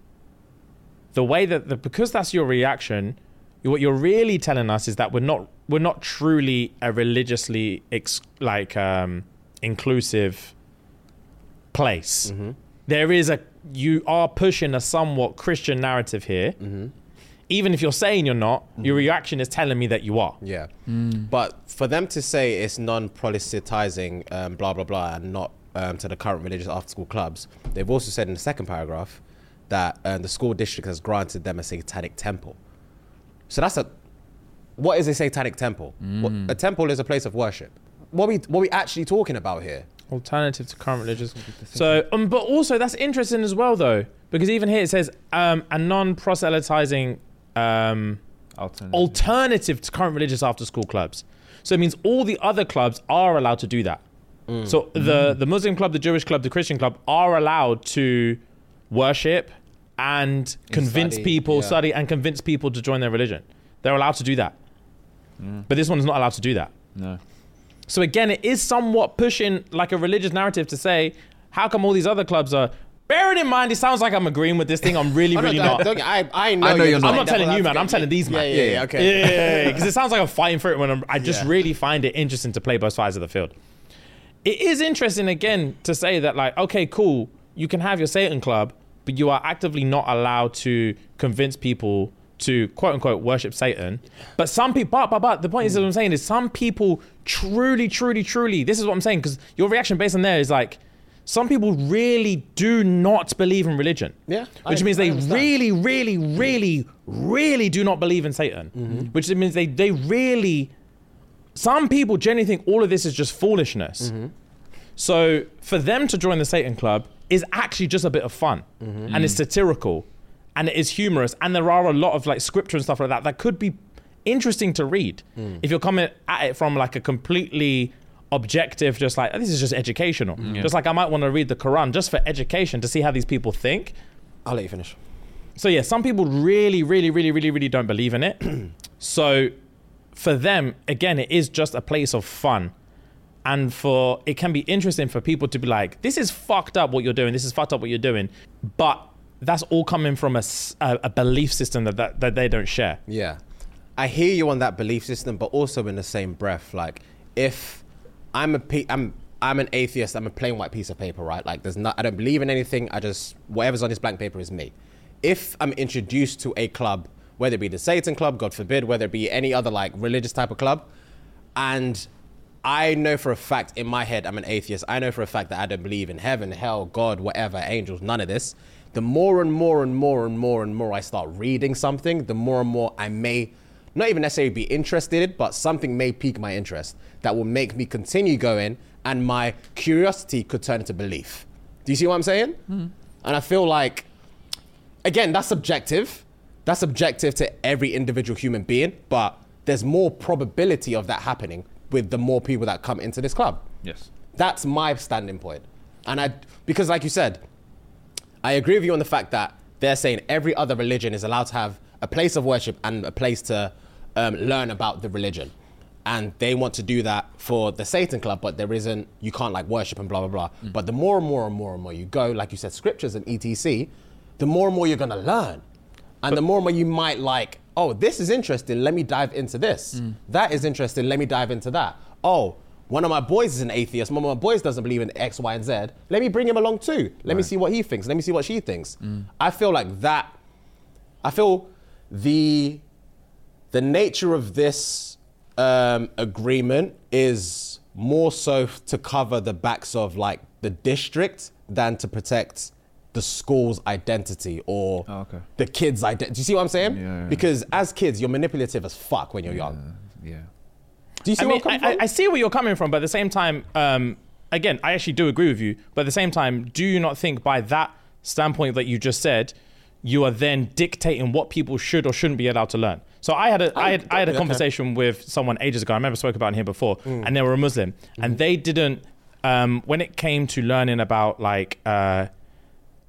the way that the, because that's your reaction, you- what you're really telling us is that we're not we're not truly a religiously ex, like um, inclusive place. There is a you are pushing a somewhat Christian narrative here. Even if you're saying you're not, your reaction is telling me that you are.
Yeah.
Hmm.
But for them to say it's non proselytizing, um, blah, blah, blah, and not um, to the current religious after school clubs, they've also said in the second paragraph that um, the school district has granted them a satanic temple. So that's a. What is a satanic temple?
Hmm.
What, a temple is a place of worship. What we what we actually talking about here?
alternative to current religious. So, um, but also that's interesting as well, though, because even here it says um, a non-proselytizing um,
Alternative.
alternative to current religious after-school clubs. So it means all the other clubs are allowed to do that. So the the Muslim club, the Jewish club, the Christian club are allowed to worship and convince
study,
people,
yeah.
study and convince people to join their religion. They're allowed to do that. But this one is not allowed to do that.
no.
So again, it is somewhat pushing like a religious narrative to say, how come all these other clubs are? Bearing in mind, it sounds like I'm agreeing with this thing. I'm really, really
I,
not.
don't- I, I know,
I know you're
just
not.
I'm
like devil
not telling you, man.
advocate.
I'm telling these
Yeah,
man.
yeah, yeah, okay.
Because it sounds like I'm fighting for it when I'm, I just
Yeah.
really find it interesting to play both sides of the field. It is interesting again to say that like, okay, cool, you can have your Satan club, but you are actively not allowed to convince people to quote unquote worship Satan. But some people, but, but, but the point is what I'm saying is some people truly, truly, truly, this is what I'm saying because your reaction based on there is like, some people really do not believe in religion.
Yeah, I-
Which means
I
they
understand.
really really, really, really, really do not believe in Satan,
Mm-hmm.
which means they, they really, some people genuinely think all of this is just foolishness. So for them to join the Satan Club is actually just a bit of fun
Mm-hmm.
and
Mm.
it's satirical and it is humorous. And there are a lot of like scripture and stuff like that that could be interesting to read
Mm.
if you're coming at it from like a completely objective just like "Oh, this is just educational just like i might want to read the quran just for education to see how these people think
I'll let you finish.
so yeah, some people really, really, really, really, really don't believe in it. so for them, again, it is just a place of fun. And for it can be interesting for people to be like, this is fucked up what you're doing, this is fucked up what you're doing. But that's all coming from a, s- a- a belief system that, that, that they don't share.
Yeah. I hear you on that belief system, but also in the same breath, like if I'm a pe- I'm I'm an atheist, I'm a plain white piece of paper, right? Like there's not I don't believe in anything. I just whatever's on this blank paper is me. If I'm introduced to a club, whether it be the Satan club, God forbid, whether it be any other like religious type of club, and I know for a fact in my head I'm an atheist. I know for a fact that I don't believe in heaven, hell, God, whatever, angels, none of this. The more and more and more and more and more I start reading something, the more and more I may not even necessarily be interested, in, but something may pique my interest that will make me continue going, and my curiosity could turn into belief. Do you see what I'm saying? And I feel like again, that's subjective. That's subjective to every individual human being, but there's more probability of that happening with the more people that come into this club.
Yes.
That's my standing point. And I, because like you said, I agree with you on the fact that they're saying every other religion is allowed to have a place of worship and a place to um, learn about the religion. And they want to do that for the Satan Club, but there isn't, you can't like worship and blah, blah, blah. But the more and more and more and more you go, like you said, scriptures and etc., the more and more you're going to learn. And the more and more you might like, oh, this is interesting, let me dive into this. That is interesting, let me dive into that. Oh, one of my boys is an atheist. One of my boys doesn't believe in X, Y, and Z. Let me bring him along too. Let me see what he thinks. Let me see what she thinks. I feel like that. I feel the the nature of this um, agreement is more so f- to cover the backs of like the district than to protect the school's identity or
Oh, okay.
the kids' identity. Do you see what I'm saying?
Yeah, yeah.
Because as kids, you're manipulative as fuck when you're young.
Yeah.
Do you see
I,
what
mean,
I'm coming
I- I-
from?
I see where you're coming from, but at the same time, um, again, I actually do agree with you. But at the same time, do you not think by that standpoint that you just said, you are then dictating what people should or shouldn't be allowed to learn. So I had a I had, I had a
okay. Mm.
conversation with someone ages ago. I remember I spoke about it here before, and they were a Muslim,
Mm-hmm.
and they didn't. Um, when it came to learning about like, uh,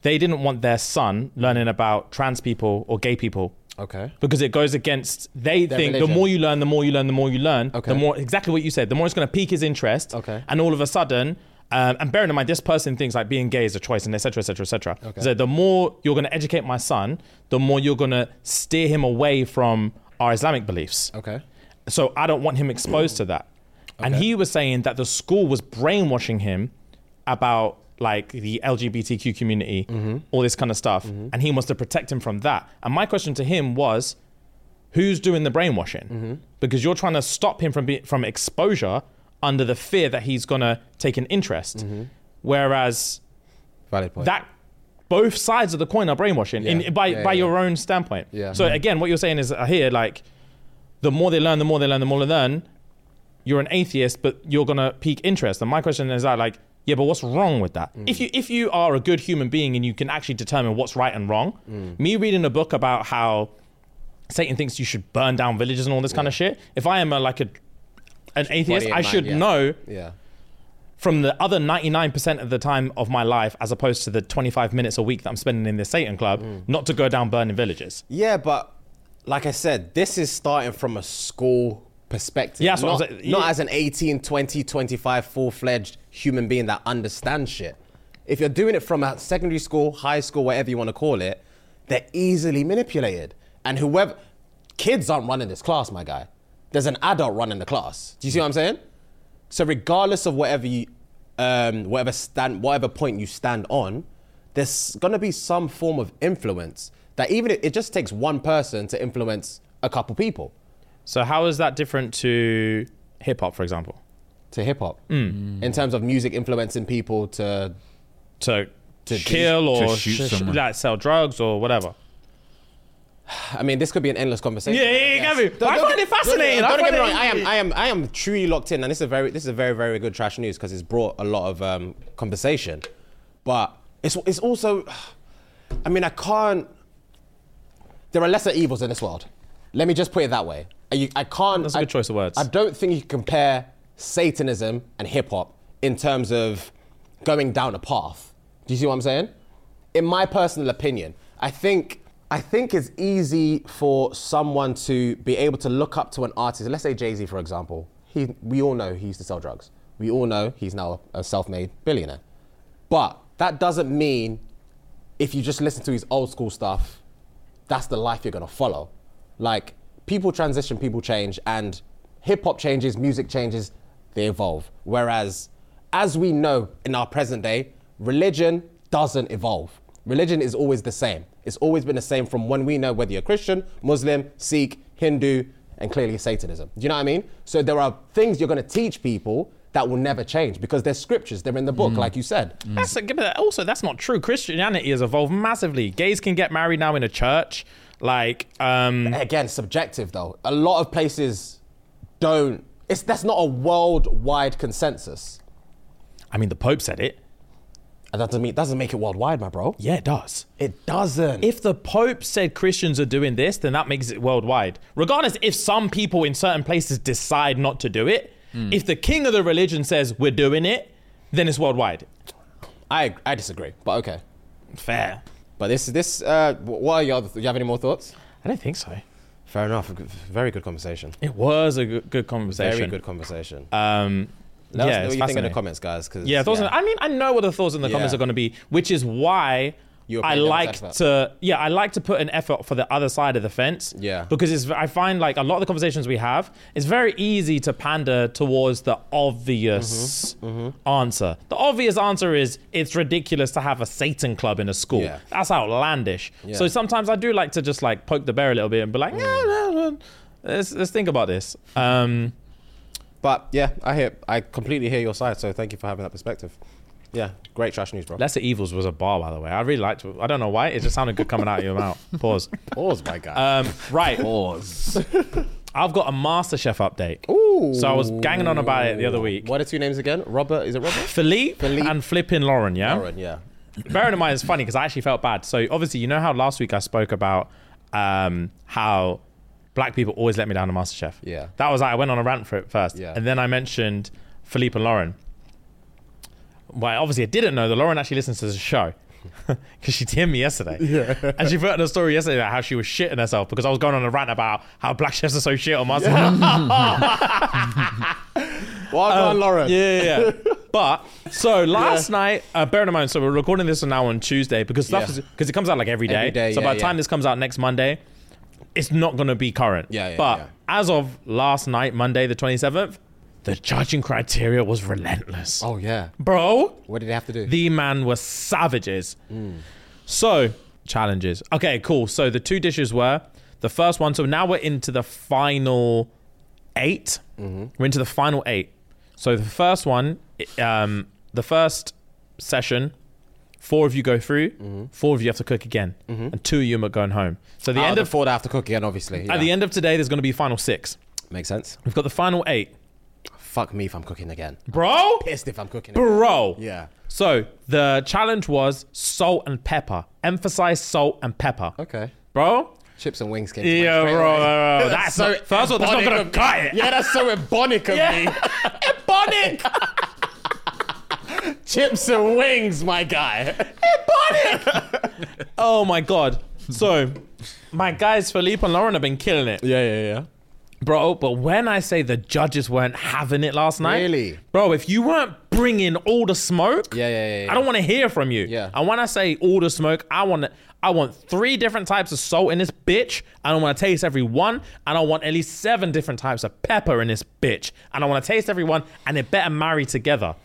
they didn't want their son learning about trans people or gay people
Okay.
because it goes against they
Their
think the
religion.
more you learn the more you learn the more you learn
Okay.
the more exactly what you said the more it's going to pique his interest
Okay.
and all of a sudden um, and bearing in mind this person thinks like being gay is a choice and etc etc etc
Okay.
so the more you're going to educate my son the more you're going to steer him away from our islamic beliefs
Okay.
so I don't want him exposed to that. And
Okay.
he was saying that the school was brainwashing him about like the LGBTQ community, all this kind of stuff, and he wants to protect him from that. And my question to him was, who's doing the brainwashing? Because you're trying to stop him from be- from exposure under the fear that he's gonna take an interest, whereas
Valid point.
that both sides of the coin are brainwashing
Yeah.
in, by,
Yeah,
by
yeah,
your own standpoint.
Yeah. Mm-hmm.
So again, what you're saying is uh, here, like, the more they learn, the more they learn, the more they learn. You're an atheist, but you're gonna pique interest. And my question is that, like, yeah, but what's wrong with that?
Mm.
If you if you are a good human being and you can actually determine what's right and wrong,
Mm.
me reading a book about how Satan thinks you should burn down villages and all this kind of shit. If I am a, like a an atheist,
in
I
mind,
should
yeah.
know
yeah.
from the other 99% of the time of my life as opposed to the 25 minutes a week that I'm spending in this Satan club
Mm.
not to go down burning villages.
Yeah, but like I said, this is starting from a school perspective.
Yeah, that's
not,
what I'm saying.
not
Yeah.
as an 18, 20, 25 full fledged human being that understands shit. If you're doing it from a secondary school, high school, whatever you want to call it, they're easily manipulated. And whoever, kids aren't running this class, my guy. There's an adult running the class. Do you see what I'm saying? So regardless of whatever you, um, whatever stand, whatever point you stand on, there's gonna be some form of influence that even it, it just takes one person to influence a couple people
So how is that different to hip hop, for example?
to hip hop
Mm.
in terms of music influencing people to
To,
To
kill
shoot-
or
to shoot
sh- sh-
someone. Mm.
like sell drugs or whatever.
I mean, this could be an endless conversation.
Yeah, yeah, yeah,
Yes.
Gabby. I find it fascinating.
Don't,
I
don't get
find
me
it
wrong. I am,
easy.
I am, I am truly locked in, and this is a very, this is a very, very good trash news because it's brought a lot of um, conversation. But it's, it's also, I mean, I can't. There are lesser evils in this world. Let me just put it that way. I, you- I can't.
That's a
I-
good choice of words.
I don't think you can compare Satanism and hip hop in terms of going down a path. Do you see what I'm saying? In my personal opinion, I think I think it's easy for someone to be able to look up to an artist. Let's say Jay Z, for example. He, we all know he used to sell drugs. We all know he's now a self-made billionaire. But that doesn't mean if you just listen to his old school stuff, that's the life you're gonna follow. Like people transition, people change, and hip hop changes, music changes, they evolve. Whereas, as we know in our present day, religion doesn't evolve. Religion is always the same. It's always been the same from when we know whether you're Christian, Muslim, Sikh, Hindu, and clearly Satanism. Do you know what I mean? So there are things you're gonna teach people that will never change because they're scriptures, they're in the book, like you said.
That's a, but also that's not true. Christianity has evolved massively. Gays can get married now in a church. Like, um,
again subjective though a lot of places don't it's that's not a worldwide consensus
I mean, the Pope said it.
and that doesn't mean doesn't make it worldwide my bro
Yeah, it does.
it doesn't
if the Pope said Christians are doing this, then that makes it worldwide. Regardless, if some people in certain places decide not to do it,
Hmm.
if the king of the religion says we're doing it, then it's worldwide.
i i disagree but okay
Fair.
but this this uh wh- what are your do you have any more thoughts
I don't think so.
fair enough G- very good conversation
It was a good, good conversation.
very good conversation
Um,
let
yeah,
us know
it's
what you think in the
fascinating.
comments guys because
Yeah, thoughts. on- I mean, I know what the thoughts in the comments
Yeah.
are going to be, which is why
You're
I
putting in
like
effort.
to. Yeah, I like to put an effort for the other side of the fence.
Yeah.
because it's. I find like a lot of the conversations we have, it's very easy to pander towards the obvious
Mm-hmm,
answer. The obvious answer is it's ridiculous to have a Satan club in a school.
Yeah.
That's outlandish. So
Yeah. Mm.
sometimes I do like to just like poke the bear a little bit and be like, yeah, yeah, yeah, let's let's think about this. Um,
but yeah i hear i completely hear your side so thank you for having that perspective yeah great trash news bro
Lesser Evils was a bar, by the way. I really liked it. I don't know why. It just sounded good coming out of your mouth. Pause.
pause my guy
Um, right.
Pause.
I've got a MasterChef update.
Ooh.
So I was ganging on about it the other week.
what are two names again robert is it robert
Philippe,
Philippe.
and flipping Lauren, yeah?
Aaron, yeah
bearing in mind it's funny because I actually felt bad. So obviously, you know how last week I spoke about um, how black people always let me down on MasterChef.
Yeah.
that was like, I went on a rant for it first,
Yeah.
and then I mentioned Philippe and Lauren. Well, obviously, I didn't know that Lauren actually listens to the show. Because she DM'd me yesterday. Yeah. And she put in a story yesterday about how she was shitting herself because I was going on a rant about how black chefs are so shit on MasterChef.
Well
Um,
done, Lauren.
Yeah, yeah. yeah. but so last night, uh, bear in mind, so we're recording this now on Tuesday because stuff
Yeah.
is because it comes out like every day.
Every day,
so
yeah,
by the
yeah.
time this comes out next Monday, it's not going to be current.
Yeah, yeah,
but
yeah.
as of last night, Monday the twenty seventh, the judging criteria was relentless.
Oh yeah.
Bro,
What did they have to do?
the man were savages. So challenges. Okay, cool. So the two dishes were the first one. So now we're into the final 8 we We're into the final eight. So the first one, i- um, the first session, four of you go through. Four of you have to cook again, and two of you are going home. So the
Out
end
the
of
four that have to cook again, obviously.
at the end of today, there's going to be final six.
makes sense.
We've got the final eight,
Fuck me if I'm cooking again.
bro.
Pissed if I'm cooking. Again.
Bro.
Yeah.
So the challenge was salt and pepper. Emphasize salt and pepper.
Okay.
Bro.
Chips and wings came. to mind
Yeah, bro,
straight
bro,
away.
bro. That's, so not, first of all, that's not
embonic
gonna
of-
cut it.
Yeah, that's so ebonic of me.
Ebonic.
Chips and wings, my guy.
oh my god. So my guys Philippe and Lauren have been killing it.
Yeah, yeah, yeah.
Bro, but when I say the judges weren't having it last night,
Really?
bro, if you weren't bringing all the smoke,
Yeah, yeah, yeah, yeah.
I don't want to hear from you.
Yeah.
And when I say all the smoke, I want I want three different types of salt in this bitch, and I want to taste every one, and I want at least seven different types of pepper in this bitch, and I want to taste every one, and it better marry together.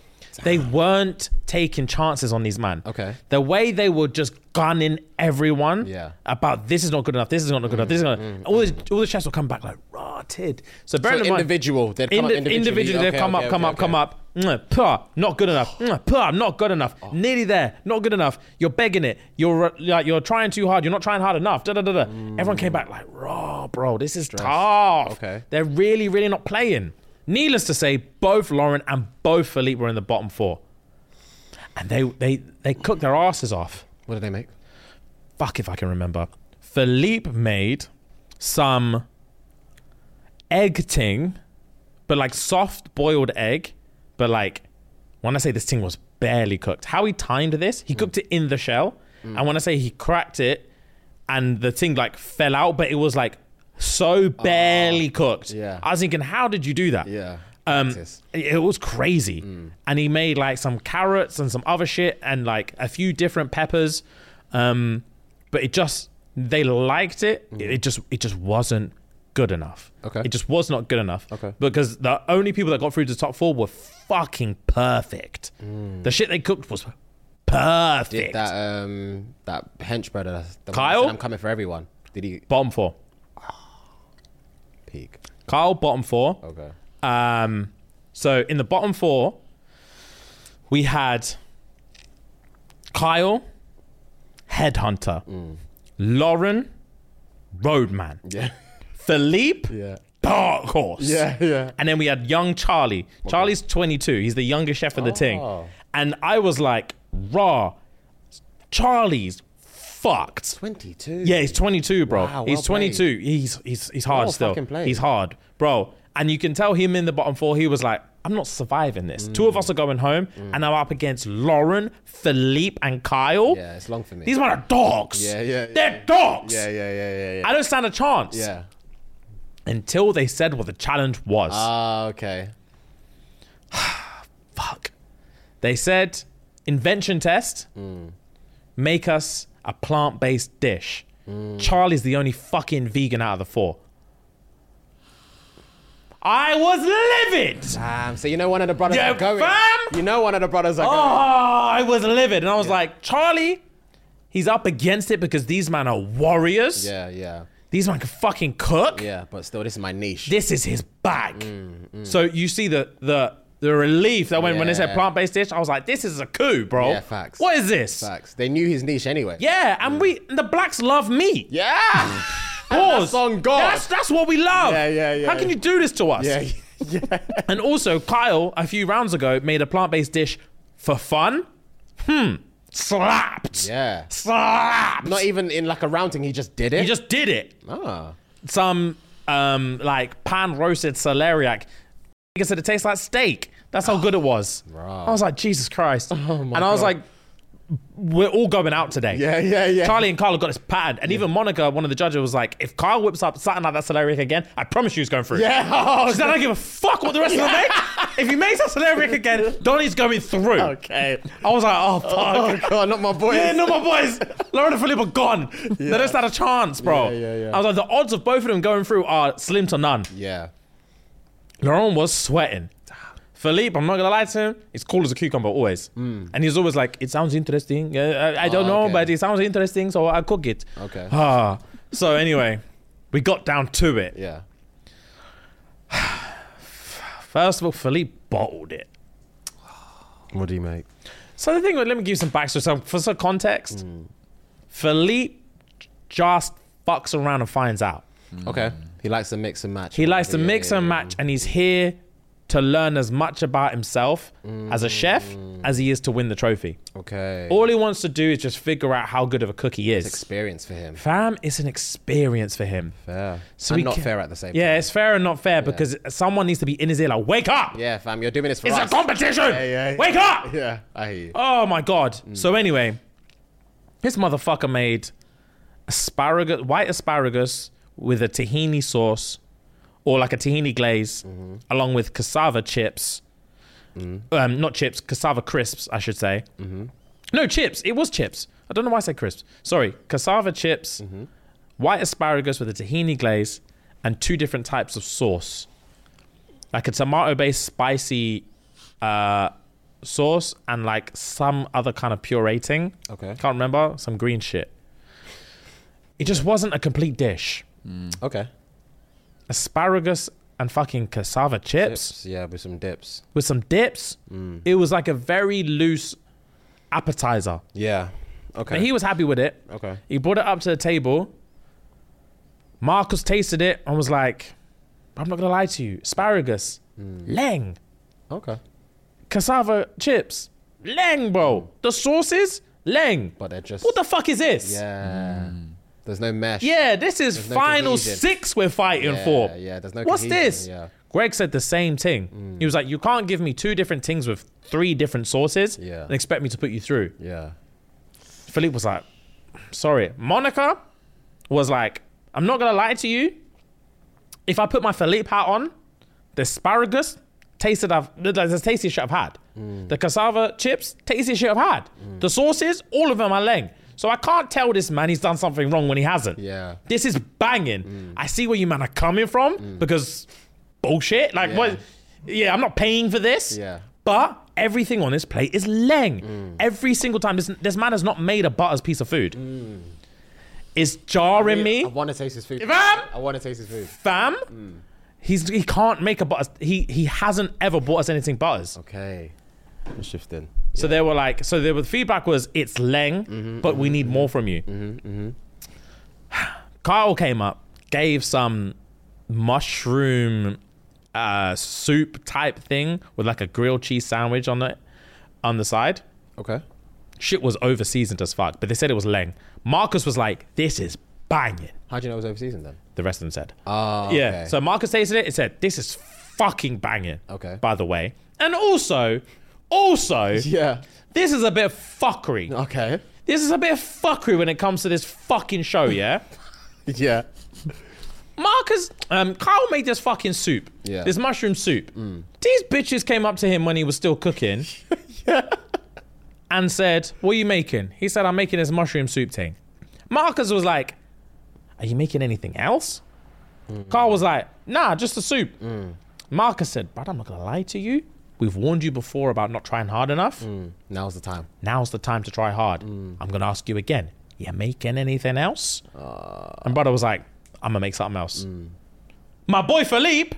They weren't taking chances on these man.
Okay.
The way they were just gunning everyone
Yeah.
about this is not good enough, this is not good enough, this is not all, the, all the chefs will come back like rotted. So, bear
So
in mind-
individual, they'd come up
Indi-
individually.
they've
Okay,
come
okay,
up, come
okay,
up, come
okay.
up. Mm, puh, not good enough. Mm, puh, not good enough. Nearly there. Not good enough. You're begging it. You're uh, like you're trying too hard. You're not trying hard enough. Da da da da. Everyone came back like, raw, bro. This is tough.
Okay.
They're really, really not playing. Needless to say, both Lauren and both Philippe were in the bottom four, and they they they cooked their asses off
What did they make?
fuck if I can remember. Philippe made some egg ting, but like soft boiled egg, but like when I say this thing was barely cooked. How he timed this,
Mm.
he cooked it in the shell. And when I say he cracked it and the thing like fell out, but it was like so barely cooked.
Ah, yeah.
I was thinking, how did you do that?
Yeah,
Um,
practice. Mm.
it it was crazy. And he made like some carrots and some other shit and like a few different peppers. Um, but it just they liked it. It- It just it just wasn't good enough.
Mm. Okay.
It just was not good enough.
Okay.
Because the only people that got through to the top four were fucking perfect. The shit they cooked was perfect.
Mm. Did that um that hench brother? the one that
Kyle?
said, I'm coming for everyone. Did he
Bottom four.
peak?
Kyle, bottom four.
Okay.
Um, so in the bottom four, we had Kyle, Headhunter,
Mm.
Lauren, Roadman,
Yeah.
Philippe,
Yeah.
Dark Horse.
Yeah, yeah.
And then we had young Charlie. Charlie's 22. He's the youngest chef in the
Oh.
ting. And I was like, raw, Charlie's fucked.
Twenty two.
Yeah, he's 22, bro.
Wow,
he's
well
22. He's he's he's hard
Well
still.
fucking played.
He's hard, bro. And you can tell him in the bottom four. He was like, "I'm not surviving this." Two of us are going home,
Mm.
and I'm up against Lauren, Philippe, and Kyle.
Yeah, it's long for me.
These men are dogs.
Yeah, yeah,
They're
yeah.
dogs.
yeah, yeah, yeah, yeah, yeah.
I don't stand a chance.
Yeah.
Until they said what the challenge was.
Ah, okay.
Fuck. They said, "Invention test. Make us a plant-based dish." Charlie's the only fucking vegan out of the four. I was livid.
Um, so you know one of the brothers
Yeah,
are going.
fam!
You know one of the brothers are
Oh,
going.
I was livid. And I was like, Charlie, he's up against it because these men are warriors.
Yeah, yeah,
These men can fucking cook.
yeah. Mm, But still, this is my niche.
This is his bag. So you see the the the relief that went when they said
Yeah.
plant based dish. I was like, this is a coup, bro.
Yeah, facts.
What is this?
Facts. They knew his niche anyway.
Yeah, and we and the blacks love meat.
Yeah.
Pause.
that's on God.
That's that's what we love.
Yeah, yeah, yeah.
How can you do this to us?
Yeah. yeah.
And also, Kyle, a few rounds ago, made a plant based dish for fun. Hmm. slapped.
Yeah.
Slapped.
Not even in like a rounding, he just did it.
he just did it.
ah.
Some um like pan roasted celeriac. He said it tastes like steak. That's how good it was. I was like, Jesus Christ. and I was
Oh God.
like, we're all going out today.
Yeah, yeah, yeah.
Charlie and Carla got this pattern. And even Monica, one of the judges, was like, if Carl whips up something like that celeriac again, I promise you he's going through.
Yeah. oh,
She's like, I don't give a fuck what the rest of them make. If he makes that celeriac again, Donnie's going through.
Okay.
I was like, oh, fuck.
Oh god, not my boy.
Yeah, no, my boys. Lauren and Philip are gone. They just had a chance, bro.
Yeah, yeah, yeah.
I was like, the odds of both of them going through are slim to none.
Yeah.
Lauren was sweating. Philippe, I'm not gonna lie to him, he's cool as a cucumber always. And he's always like, it sounds interesting. Uh, I, I don't
Ah,
know,
Mm. okay.
but it sounds interesting, so I cook it.
Okay.
Ah. So anyway, we got down to it.
Yeah.
First of all, Philippe bottled it.
What do you make?
So the thing, let me give you some backstory. So for some context,
Mm.
Philippe just fucks around and finds out.
Okay. He likes to mix and match.
He likes to
Yeah,
mix
yeah,
and
yeah.
match, and he's here to learn as much about himself
Mm.
as a chef as he is to win the trophy.
Okay.
All he wants to do is just figure out how good of a cook he is.
experience for him.
Fam is an experience for him.
Fair.
So
and
we
not
can-
fair at the same
Yeah,
time.
it's fair and not fair because someone needs to be in his ear like, wake up!
Yeah, fam, you're doing this for
It's
us.
a competition!
yeah, Mm. yeah.
Wake up!
yeah, I hear you.
Oh my god. So anyway, this motherfucker made asparagus, white asparagus with a tahini sauce or like a tahini glaze along with cassava chips. Um, not chips, cassava crisps, I should say. No, chips. It was chips. I don't know why I said crisps. Sorry, cassava chips, white asparagus with a tahini glaze, and two different types of sauce. Like a tomato based spicy uh, sauce and like some other kind of purating.
Okay.
Can't remember. Some green shit. It just wasn't a complete dish.
Okay.
Asparagus and fucking cassava chips
Dips, yeah, with some dips.
with some dips.
Mm.
It was like a very loose appetizer.
Yeah. Okay.
But he was happy with it.
okay.
He brought it up to the table. Marcus tasted it and was like, I'm not gonna lie to you. Asparagus,
Mm.
Leng,
Okay.
cassava chips, Leng, bro. The sauces, Leng.
But they're just.
What the fuck is this?
Yeah. There's no mesh.
Yeah, this is
no
final
cohesion.
six we're fighting
Yeah,
for.
yeah, there's no
What's
cohesion,
this?
yeah. Mm.
Greg said the same thing. He was like, "You can't give me two different things with three different sources
Yeah.
and expect me to put you through."
Yeah.
Philippe was like, "Sorry." Monica was like, "I'm not gonna lie to you. If I put my Philippe hat on, the asparagus tasted I've the, the tastiest shit I've had.
Mm.
The cassava chips, tastiest shit I've had. The sauces, all of them are leng. So I can't tell this man he's done something wrong when he hasn't.
Yeah. Mm.
This is banging. I see where you man are coming from because bullshit. Like
Yeah.
what? Yeah, I'm not paying for this.
Yeah. Mm.
But everything on this plate is leng. Every single time this this man has not made a butters piece of food.
Mm.
It's jarring me
I want to taste his food.
Fam!
I want to taste his food.
fam.
Mm.
He's he can't make a butters. He he hasn't ever bought us anything butters.
Okay. I'm shifting.
So they were like, so they were, the feedback was it's leng,
Mm-hmm,
but we need more from you. Kyle came up, gave some mushroom uh, soup type thing with like a grilled cheese sandwich on it on the side.
Okay.
Shit was over seasoned as fuck, but they said it was leng. Marcus was like, this is banging.
How do you know it was overseasoned then?
The rest of them said.
Ah.
Yeah.
okay.
So Marcus tasted it. It said, "This is fucking banging."
Okay.
By the way, and also, also,
Yeah.
this is a bit of fuckery.
Okay.
This is a bit of fuckery when it comes to this fucking show. Yeah.
Yeah.
Marcus, um, Kyle made this fucking soup.
Yeah.
This mushroom soup. These bitches came up to him when he was still cooking. And said, What are you making? He said, I'm making this mushroom soup thing. Marcus was like, Are you making anything else? Carl was like, Nah, just the soup. Marcus said, Brad, I'm not gonna lie to you. We've warned you before about not trying hard enough.
Now's the time.
Now's the time to try hard.
Mm.
I'm gonna ask you again. You making anything else?
Uh,
and brother was like, I'm gonna make something else.
Mm.
My boy Philippe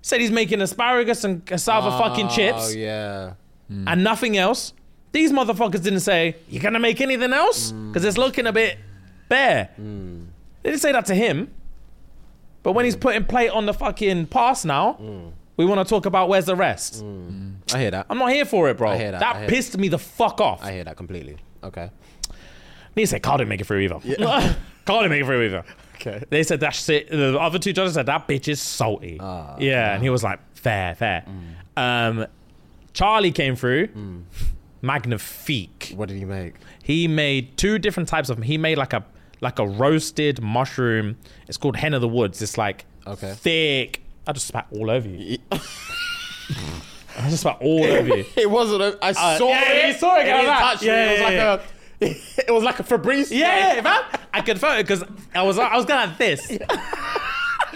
said he's making asparagus and cassava fucking
Oh
chips
yeah.
and nothing else. These motherfuckers didn't say you're gonna make anything else
Mm.
because it's looking a bit bare.
Mm.
They didn't say that to him. But when he's putting plate on the fucking pass now, We want to talk about where's the rest.
I hear that.
I'm not here for it, bro.
Mm. I hear that, I hear-
pissed me the fuck off.
I hear that completely. Okay.
Need to say Carl didn't make it through either. Carl didn't make it through either.
Okay.
They said that shit. The other two judges said that bitch is salty.
Ah,
yeah, and he was like, fair, fair.
Mm.
Um, Charlie came through. Magnifique.
What did he make?
He made two different types of. He made like a like a roasted mushroom. It's called hen of the woods. It's like
Okay.
thick. I just spat all over you. I just spat all over you.
It wasn't. A, I saw
yeah,
it.
you saw it,
It
yeah,
didn't
right.
touch me.
Yeah,
It was
yeah,
like a. It was like a Febreze.
Yeah,
spray.
man. I could felt it because I was I was going like this. I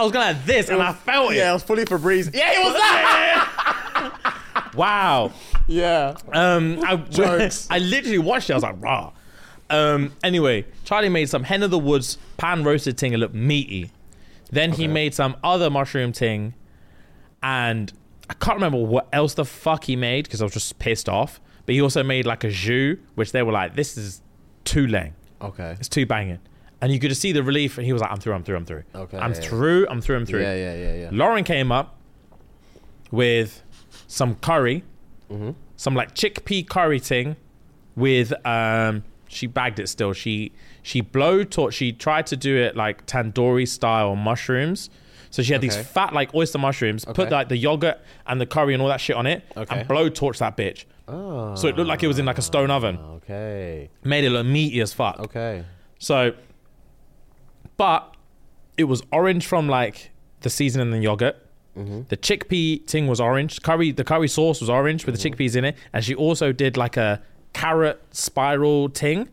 was going like this, and I felt it.
Yeah, it was fully Febreze. Yeah, it was that.
Wow.
Yeah.
Um, I,
Jokes.
I literally watched it. I was like, rah. Um, anyway, Charlie made some hen of the woods pan roasted thing. It looked meaty. Then he made some other mushroom thing, and I can't remember what else the fuck he made because I was just pissed off. But he also made like a jus, which they were like, this is too lang.
Okay.
It's too banging. And you could just see the relief, and he was like, I'm through, I'm through, I'm through.
Okay,
I'm
yeah.
through, I'm through, I'm through.
Yeah, yeah, yeah, yeah.
Lauren came up with some curry,
Mm-hmm.
some like chickpea curry thing with um she bagged it still. She she blow taught she tried to do it like tandoori style mushrooms. So she had
Okay.
these fat like oyster mushrooms, put
Okay.
like the yogurt and the curry and all that shit on it,
Okay.
and blow torch that bitch. So it looked like it was in like a stone oven.
Ah. Okay.
Made it look meaty as fuck.
Okay.
So, but it was orange from like the seasoning and the yogurt.
Mm-hmm.
The chickpea thing was orange. Curry, the curry sauce was orange with
Mm-hmm.
the chickpeas in it, and she also did like a carrot spiral thing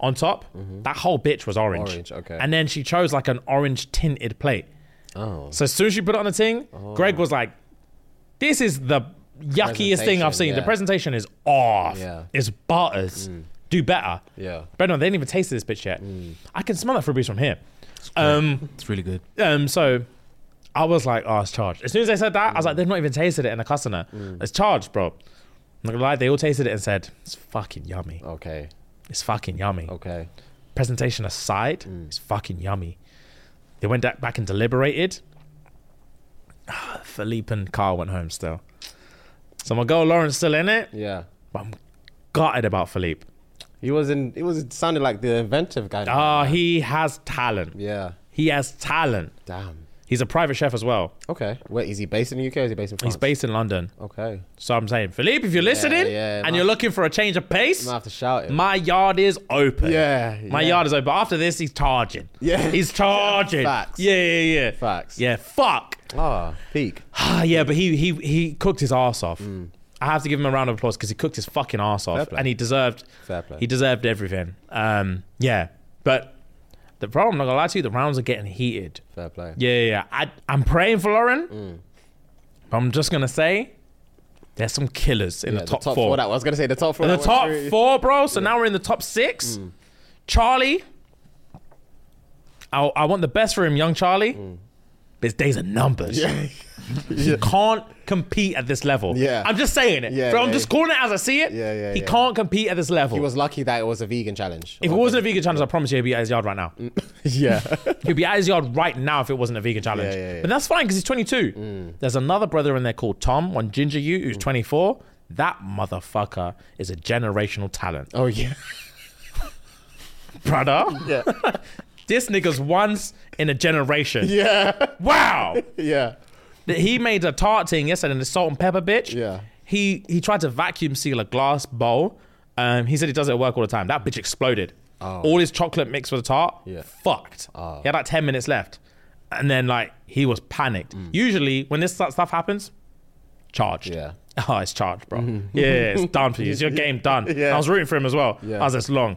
on top. That whole bitch was orange.
Mm-hmm. Orange, okay.
And then she chose like an orange tinted plate.
Oh.
So as soon as she put it on the thing, Greg was like, "This is the yuckiest thing
Presentation,
I've seen. The
yeah.
presentation is off.
Yeah.
It's butters.
Mm.
Do better."
Yeah.
But no, they didn't even taste this bitch yet. I can smell that Febreze from here. Um,
It's really good.
um, so I was like, oh, it's charged. As soon as they said that, I was
Mm.
like, they've not even tasted it in the customer. It's charged, bro. I'm not gonna lie, they all tasted it and said, it's fucking yummy.
Oh.
Okay.
It's fucking yummy.
Okay.
Presentation aside,
Mm.
it's fucking yummy. They went da- back and deliberated. Philippe and Carl went home still. So my girl Lauren's still in it,
Yeah.
but I'm gutted about Philippe.
He was in. It was sounded like the inventive guy.
Ah, he has talent.
Yeah.
He has talent.
Damn.
He's a private chef as well.
Okay. Wait, is he based in the UK? or Is he based in France?
He's based in London.
Okay.
So I'm saying, Philippe, if you're listening
yeah,
and
my-
you're looking for a change of pace,
I'm gonna have to shout it.
my yard is open.
Yeah,
My
yeah.
yard is open. After this, he's charging.
Yeah.
He's charging.
Facts.
Yeah, yeah, yeah.
Facts.
Yeah, fuck.
Ah, peak.
Ah, yeah, but he he he cooked his ass off. I have to give him a round of applause because he cooked his fucking ass off,
Mm. play.
and he deserved.
Fair play.
He deserved everything. Um, yeah, but the problem, I'm not gonna lie to you, the rounds are getting heated.
Fair play.
Yeah, yeah, yeah. I, I'm praying for Lauren.
Mm.
But I'm just gonna say, there's some killers in
Yeah,
the top,
four.
four.
That I was gonna say the top four.
In the
that went
top
through. Mm.
four, bro. So now we're in the top six. Charlie, I, I want the best for him, young Charlie.
Mm.
But his days are numbers. He can't compete at this level.
Yeah.
I'm just saying it.
Yeah,
bro, I'm
yeah.
just calling it as I see it.
Yeah, yeah,
He
yeah.
can't compete at this level.
He was lucky that it was a vegan challenge.
if it wasn't a vegan challenge, I promise you he'd be at his yard right now.
yeah.
He'd be at his yard right now if it wasn't a vegan challenge.
Yeah, Mm. yeah, yeah.
But that's fine because he's 22. There's another brother in there called Tom, one ginger you, who's 24. That motherfucker is a generational talent.
oh yeah.
Brother,
Yeah.
this nigga's once in a generation.
Yeah.
Wow.
Yeah.
That he made a tart thing yesterday in the salt and pepper bitch.
Yeah.
He he tried to vacuum seal a glass bowl. Um, he said he does it at work all the time. That bitch exploded. All his chocolate mixed with the tart,
Oh. Yeah. Oh.
fucked. He had like 10 minutes left. And then like he was panicked.
Mm.
Usually when this stu- stuff happens, charged.
Yeah.
Oh, it's charged, bro. Yeah, it's done for you. It's your game done.
Mm-hmm. Yeah.
I was rooting for him as well.
Yeah.
I was this long.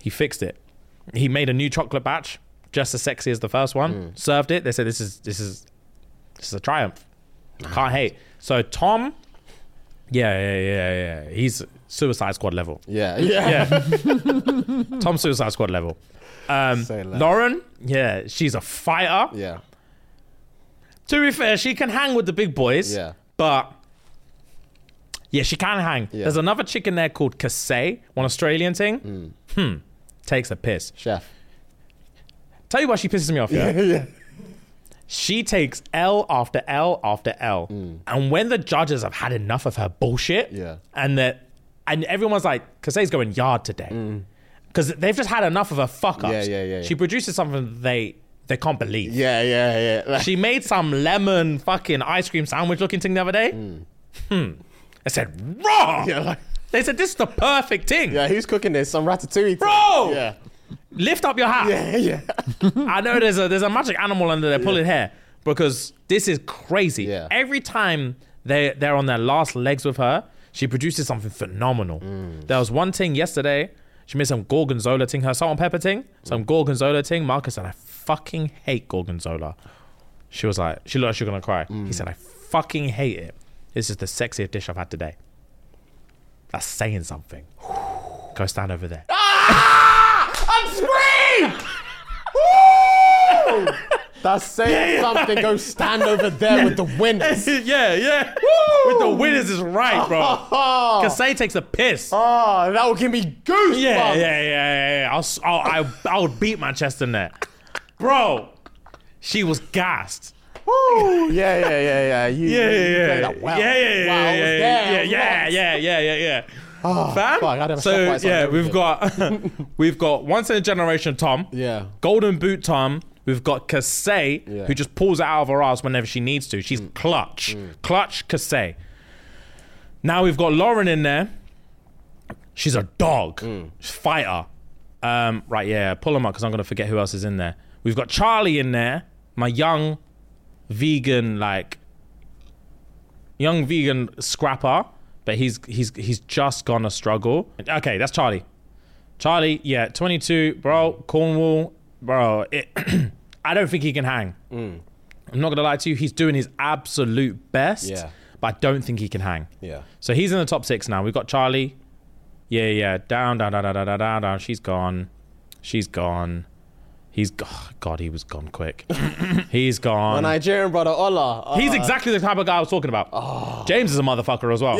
He fixed it. He made a new chocolate batch, just as sexy as the first
Mm.
one. Served it. They said this is this is this is a triumph. Can't hate. So Tom, yeah, yeah, yeah, yeah. He's Suicide Squad level.
Yeah. Yeah.
Yeah, Tom Suicide Squad level. Um,
Say less.
Lauren, yeah, she's a fighter.
Yeah.
To be fair, she can hang with the big boys.
Yeah.
But yeah, she can hang.
Yeah.
There's another chicken there called Kasey, one Australian thing. Hmm. Takes a piss.
Chef.
Tell you why she pisses me off, yeah?
Yeah.
She takes L after L after L. And when the judges have had enough of her bullshit,
Hmm. Yeah.
and that and everyone's like, Kasey's going yard today. Because they've just had enough of her fuck ups.
Hmm. Yeah, yeah, yeah, yeah.
She produces something they they can't believe.
Yeah, yeah, yeah. Like,
She made some lemon fucking ice cream sandwich looking thing the other day. Hmm. I said, raw.
Yeah, like-
they said, this is the perfect thing.
yeah, who's cooking this? Some ratatouille. thing.
Bro!
Yeah.
Lift up your hat.
Yeah, yeah.
I know there's a there's a magic animal under there pulling hair because this is crazy.
Yeah.
Every time they they're on their last legs with her, she produces something phenomenal. There was one thing yesterday. She made some gorgonzola thing, her salt and pepper thing, some gorgonzola thing. Marcus and I fucking hate gorgonzola. She was like, she looked like she was gonna cry. He said, I fucking hate it. This is the sexiest dish I've had today. That's saying something. Go stand over there.
That's saying something. Go stand over there with the winners.
yeah, yeah. With the winners is right, bro.
Oh,
Kasey takes a piss.
oh, that will give me goosebumps.
yeah, yeah, yeah, yeah, yeah. I'll, s- I'll, I'll, I'll beat my chest in there. Bro, she was gassed.
Woo. yeah, yeah, yeah, yeah. You, you
Yeah, yeah,
played
yeah.
that well.
Yeah, yeah,
Wow, I
yeah,
was
yeah, yeah,
there.
yeah, yeah,
Lots.
yeah, yeah, yeah, yeah.
Oh,
Fam?
fuck, I'd have a shot
so
fight, so I'd
yeah,
never
we've
get-
got we've got once in a generation Tom.
Yeah.
Golden boot Tom. We've got Kasey,
Yeah. Mm.
who just pulls it out of her ass whenever she needs to. She's clutch. Clutch Kasey. Now we've got Lauren in there. She's a dog.
Mm.
She's a fighter. Um, right, yeah, pull them up because I'm gonna forget who else is in there. We've got Charlie in there, my young vegan like young vegan scrapper, but he's he's he's just gonna struggle. Okay, that's Charlie. Charlie, yeah, 22, bro, Cornwall, bro. It, I don't think he can hang. I'm not gonna lie to you, he's doing his absolute best,
Yeah.
but I don't think he can hang.
Yeah.
So he's in the top six now. We've got Charlie. Yeah, yeah. Down, down, down, down, down, down, down, down. She's gone. She's gone. He's go- God, he was gone quick. he's
My
gone.
Nigerian brother, Ola. Uh,
he's exactly the type of guy I was talking about.
Oh.
James is a motherfucker as well.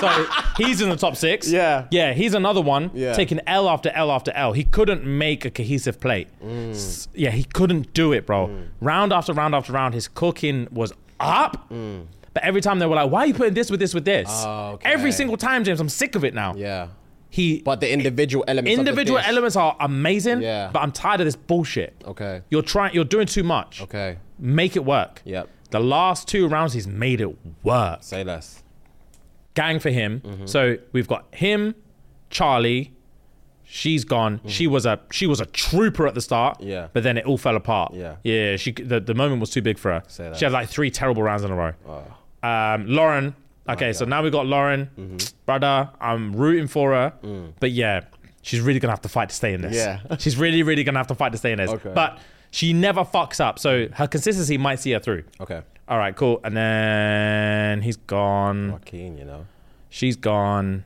so he's in the top six.
Yeah.
Yeah, he's another one
Yeah.
taking L after L after L. He couldn't make a cohesive plate.
Mm.
S- Yeah, he couldn't do it, bro. Round after round after round, his cooking was up. But every time they were like, why are you putting this with this with this?
Mm. Oh, okay.
Every single time, James, I'm sick of it now.
Yeah.
He
But the individual elements. of the
individual
dish.
elements are amazing,
Yeah.
but I'm tired of this bullshit.
Okay.
You're trying you're doing too much.
Okay.
Make it work.
Yep.
The last two rounds he's made it work
Say less.
gang for him.
Mm-hmm.
So we've got him, Charlie. She's gone. She was a she was a trooper at the start.
Mm-hmm. Yeah.
But then it all fell apart.
Yeah.
Yeah. She the, the moment was too big for her.
Say that.
She had like three terrible rounds in a row. Um, Lauren. Okay, so now we got Lauren,
Mm-hmm.
brother. I'm rooting for her, but yeah, she's really gonna have to fight to stay in this.
Mm. Yeah.
she's really, really gonna have to fight to stay in this.
Okay.
But she never fucks up, so her consistency might see her through.
Okay.
All right, cool. And then he's gone.
Joaquin, you know.
She's gone.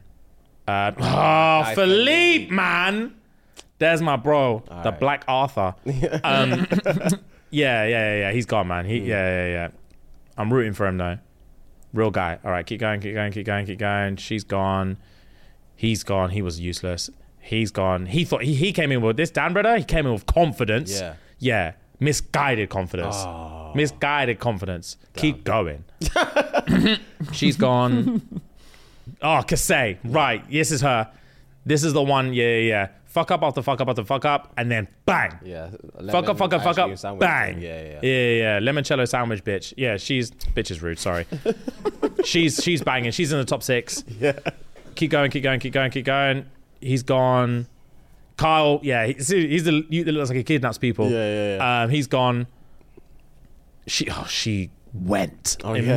Uh, oh, Philippe, man. There's my bro, the
right.
Black Arthur. Um, yeah, yeah, yeah, yeah. He's gone, man.
Hmm.
He, yeah, yeah, yeah. I'm rooting for him though. Real guy. All right, keep going, keep going, keep going, keep going. She's gone. He's gone. He was useless. He's gone. He thought he, he came in with this Dan brother. He came in with confidence.
Yeah. Oh.
Yeah. Misguided confidence. Misguided confidence. Keep going. She's gone. Oh, Kasey. Right. This is her. This is the one. Yeah, yeah, yeah. Fuck up after fuck up after fuck up. And then bang.
Yeah.
Fuck
lemon
up, fuck up,
ice
fuck
cream
up.
sandwich.
Bang.
Yeah, yeah.
yeah. yeah, Limoncello sandwich, bitch. Yeah, she's. Bitch is rude, sorry. she's she's banging. She's in the top six. Yeah. Keep going, keep going, keep going, keep going. He's gone. Kyle, yeah, he's, he's the youth that looks like he kidnaps people.
Yeah, yeah, yeah.
Um, he's gone. She, oh, she went
Oh, yeah.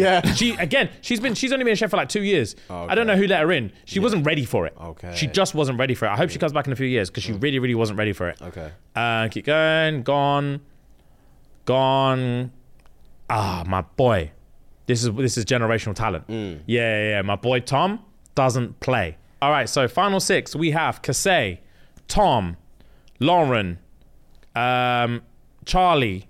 Yeah.
She again, she's been she's only been a chef for like two years.
Okay.
I don't know who let her in. She wasn't ready for it.
Okay. Mm.
She just wasn't ready for it. I hope she comes back in a few years because she really, really wasn't ready for it.
Okay.
Uh, keep going. Gone. Gone. Ah, my boy. This is this is generational talent.
Mm.
Yeah, yeah, yeah. My boy Tom doesn't play. All right, so final six we have Kasey, Tom, Lauren, um, Charlie,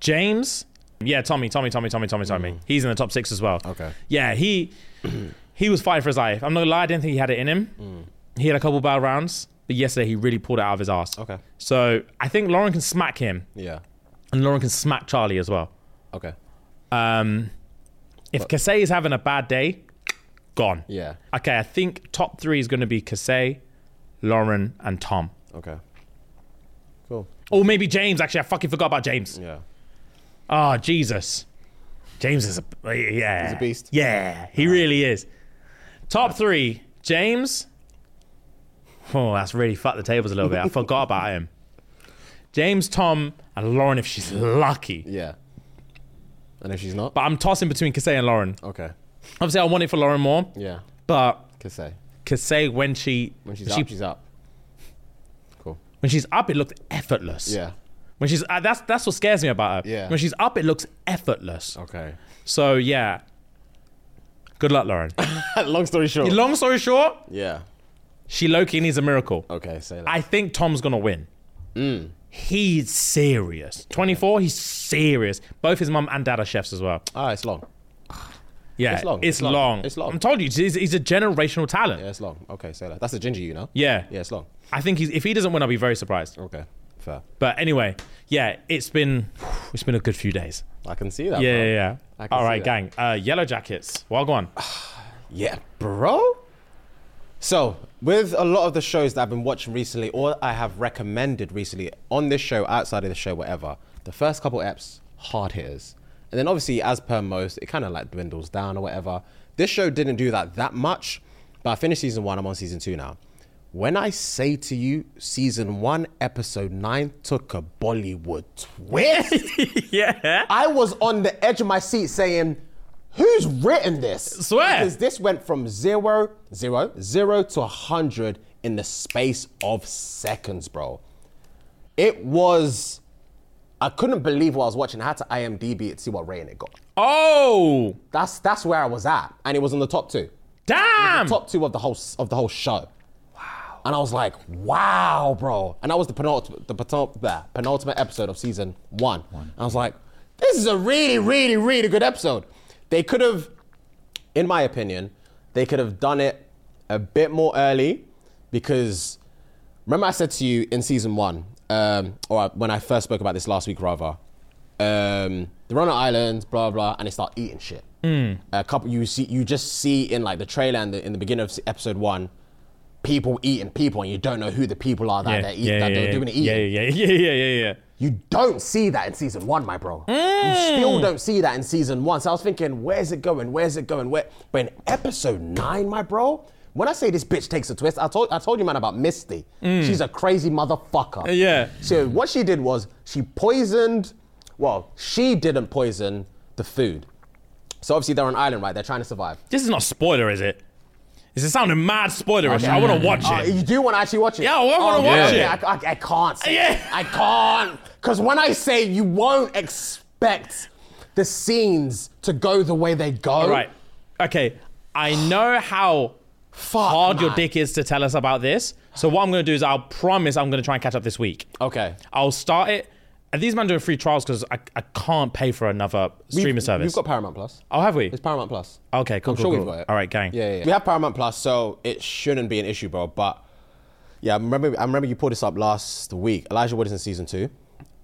James. Yeah, Tommy, Tommy, Tommy, Tommy, Tommy, Tommy. He's in the top six as well.
Mm. Okay.
Yeah, he he was fighting for his life. I'm not gonna lie, I didn't think he had it in him. He had a couple bad rounds, but yesterday he really pulled it out of his ass.
Mm. Okay.
So I think Lauren can smack him.
Yeah.
and Lauren can smack Charlie as well.
Okay.
Um, if Kasey is having a bad day, gone.
Yeah.
Okay, I think top three is going to be Kasey, Lauren, and Tom.
Okay. Cool.
Or maybe James. Actually, I fucking forgot about James.
Yeah.
Ah, Jesus. James is a yeah.
He's a beast.
Yeah, he really is. Top three: James. Oh, that's really fucked the tables a little bit. I forgot about him. James, Tom, and Lauren if she's lucky.
Yeah. And if she's not,
But I'm tossing between Kasey and Lauren.
okay.
Obviously, I want it for Lauren more,
Yeah.
but
Could say
Kasey when she
when she's
she-
up, she's up. Cool.
when she's up, it looked effortless.
Yeah.
When she's uh, that's that's what scares me about her.
Yeah.
When she's up, it looks effortless.
Okay.
So yeah. Good luck, Lauren.
Long story short.
Long story short,
yeah.
she low key needs a miracle.
Okay. Mm. Say that.
I think Tom's gonna win. He's serious. 24, he's serious. Both his mum and dad are chefs as well.
Ah, it's long.
Yeah,
It's long, it's long, it's long.
I'm telling you, he's, he's a generational talent.
Yeah,
Yeah.
it's long. Okay. Say that. That's a ginger, you know. Yeah, it's long.
I think he's, if he doesn't win, I'll be very surprised.
Okay. Fair.
But anyway, yeah, it's been it's been a good few days.
I can see that.
Yeah,
bro.
yeah, yeah.
I can
All
see
right,
that.
gang. Uh, Yellow Jackets. Well, go on.
Yeah, bro. So, with a lot of the shows that I've been watching recently, or I have recommended recently on this show, outside of the show, whatever, the first couple eps, hard hitters. And then, obviously, as per most, it kind of like dwindles down or whatever. This show didn't do that that much, but I finished season one. I'm on season two now. When I say to you, season one, episode nine took a Bollywood twist.
yeah.
I was on the edge of my seat saying, Who's written this?
Swear.
Because this went from zero, zero, zero to a 100 in the space of seconds, bro. It was. I couldn't believe what I was watching. I had to IMDb it to see what rating it got.
Oh,
That's that's where I was at, and it was in the top two,
damn.
top two of the whole s- of the whole show. Wow. And I was like, wow, bro. And that was the penultimate, the penultimate, penultimate episode of season one. And I was like, this is a really, really, really good episode. They could have, in my opinion, they could have done it a bit more early because remember I said to you in season one, um, or when I first spoke about this last week, rather, um, they're on an island, blah blah, and they start eating shit.
Hmm.
A couple, you see, you just see in like the trailer and the, in the beginning of episode one, people eating people, and you don't know who the people are that
Yeah,
they're eating,
yeah, yeah,
that they're
yeah,
doing the eating.
yeah, yeah, yeah, yeah, yeah, yeah.
You don't see that in season one, my bro. You still don't see that in season one. So I was thinking, where's it going? Where's it going? Where? But in episode nine, my bro, when I say this bitch takes a twist, I told I told you, man, about Misty. She's a crazy motherfucker.
yeah.
So what she did was she poisoned. Well, she didn't poison the food. So obviously they're on an island, right? They're trying to survive.
This is not spoiler, is it? This is sounding mad spoilerish. I want to watch
Uh,
it.
you do want to actually watch it?
Yeah, I wanna
Oh,
watch
okay,
it.
I, I, I can't. Say
Yeah.
I can't. Because when I say you won't expect the scenes to go the way they go.
All right. Okay. I know how
Fuck,
hard your
man.
dick is to tell us about this. So what I'm going to do is I'll promise I'm going to try and catch up this week.
Okay.
I'll start it. And these men doing free trials because I, I can't pay for another streaming
We've-
service.
We've got Paramount Plus.
oh, have we?
It's Paramount Plus.
Okay, cool,
I'm
cool,
sure
cool.
we've got it.
All right, gang.
Yeah, yeah, yeah. We have Paramount Plus, so it shouldn't be an issue, bro. But yeah, I remember, I remember you pulled this up last week. Elijah Wood is in season two.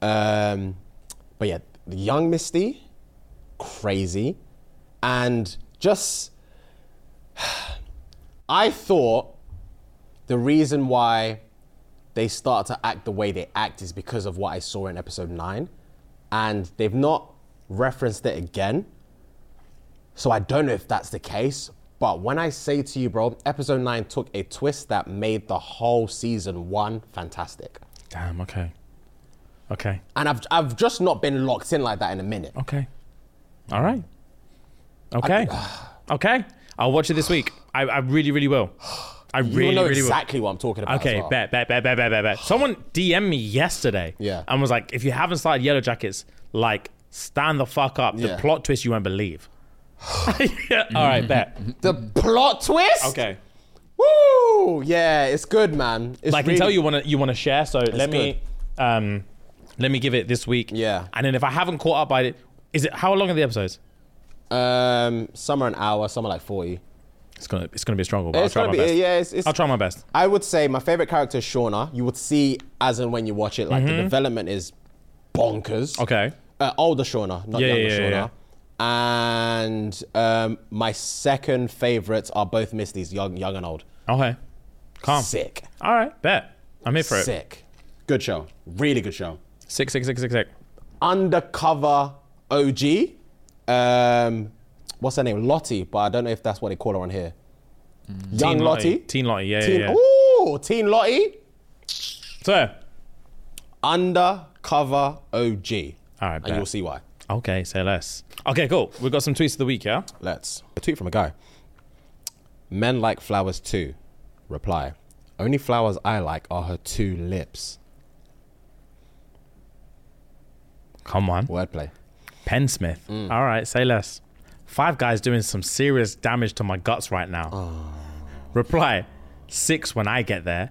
Um, but yeah, the young Misty, crazy. And just, I thought the reason why they start to act the way they act is because of what I saw in episode nine. And they've not referenced it again. So I don't know if that's the case. But when I say to you, bro, episode nine took a twist that made the whole season one fantastic.
Damn. Okay. Okay.
And I've, I've just not been locked in like that in a minute.
Okay. All right. Okay. okay. I'll watch it this week. I, I really, really will. I
You
really,
know
really will.
exactly what I'm talking about.
Okay,
as well.
bet, bet, bet, bet, bet, bet, bet. Someone DM me yesterday.
Yeah.
And was like, if you haven't started Yellow Jackets, like, stand the fuck up.
Yeah.
The plot twist you won't believe. yeah. All right, bet.
The plot twist?
Okay.
Woo! Yeah, it's good, man. It's
I can
really-
tell you want to you want to share, so let me um let me give it this week.
Yeah.
And then if I haven't caught up by it, is it how long are the episodes?
Um, some are an hour, some are like 40.
It's gonna it's gonna be a struggle, but
It's
I'll try
gonna
my
be-
best.
yeah, it's- it's-
I'll try my best.
I would say my favorite character is Shauna. You would see as and when you watch it, like the development is bonkers.
Mm-hmm. Okay.
Uh, older Shauna, not
Yeah,
younger
yeah, yeah,
Shauna.
yeah.
And um, my second favorites are both Misty's, young, young and old.
Okay. Calm.
Sick.
All right. Bet. I'm here for it.
Sick. Good show. Really good show.
Sick, sick, sick, sick, sick.
Undercover OG. Um, what's her name? Lottie, but I don't know if that's what they call her on here. Young
Mm. Teen
Lottie.
Teen Lottie. Yeah,
Teen,
yeah, yeah.
Ooh, Teen Lottie.
So,
Undercover OG.
All right,
and
bet.
you'll see why.
okay, say less. Okay, cool. We've got some tweets of the week, yeah?
Let's. A tweet from a guy. Men like flowers too. Reply. Only flowers I like are her two lips.
Come on.
Wordplay.
Penn Smith.
Mm.
All right, say less. Five guys doing some serious damage to my guts right now.
Oh.
Reply, six when I get there.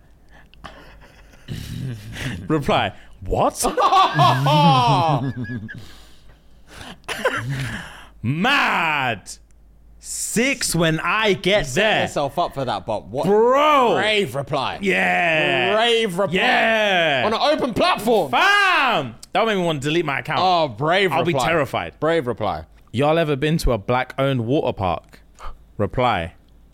Reply, what? Mad. Six when I get
Set
there.
yourself up for that, but what?
Bro.
Brave reply.
Yeah.
Brave reply.
Yeah.
On an open platform.
Bam! That would make me want to delete my account.
Oh, brave
I'll be
reply.
terrified.
Brave reply.
Y'all ever been to a black owned water park? Reply,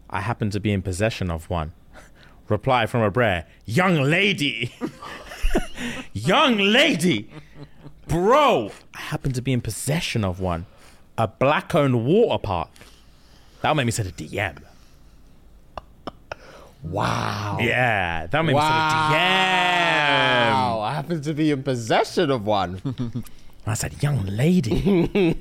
I happen to be in possession of one. Reply from a brer, young lady. young lady. Bro, I happen to be in possession of one. A black owned water park. That'll make me send a DM.
Wow.
Yeah, that'll make me send a DM.
Wow. I happen to be in possession of one.
I said, young lady.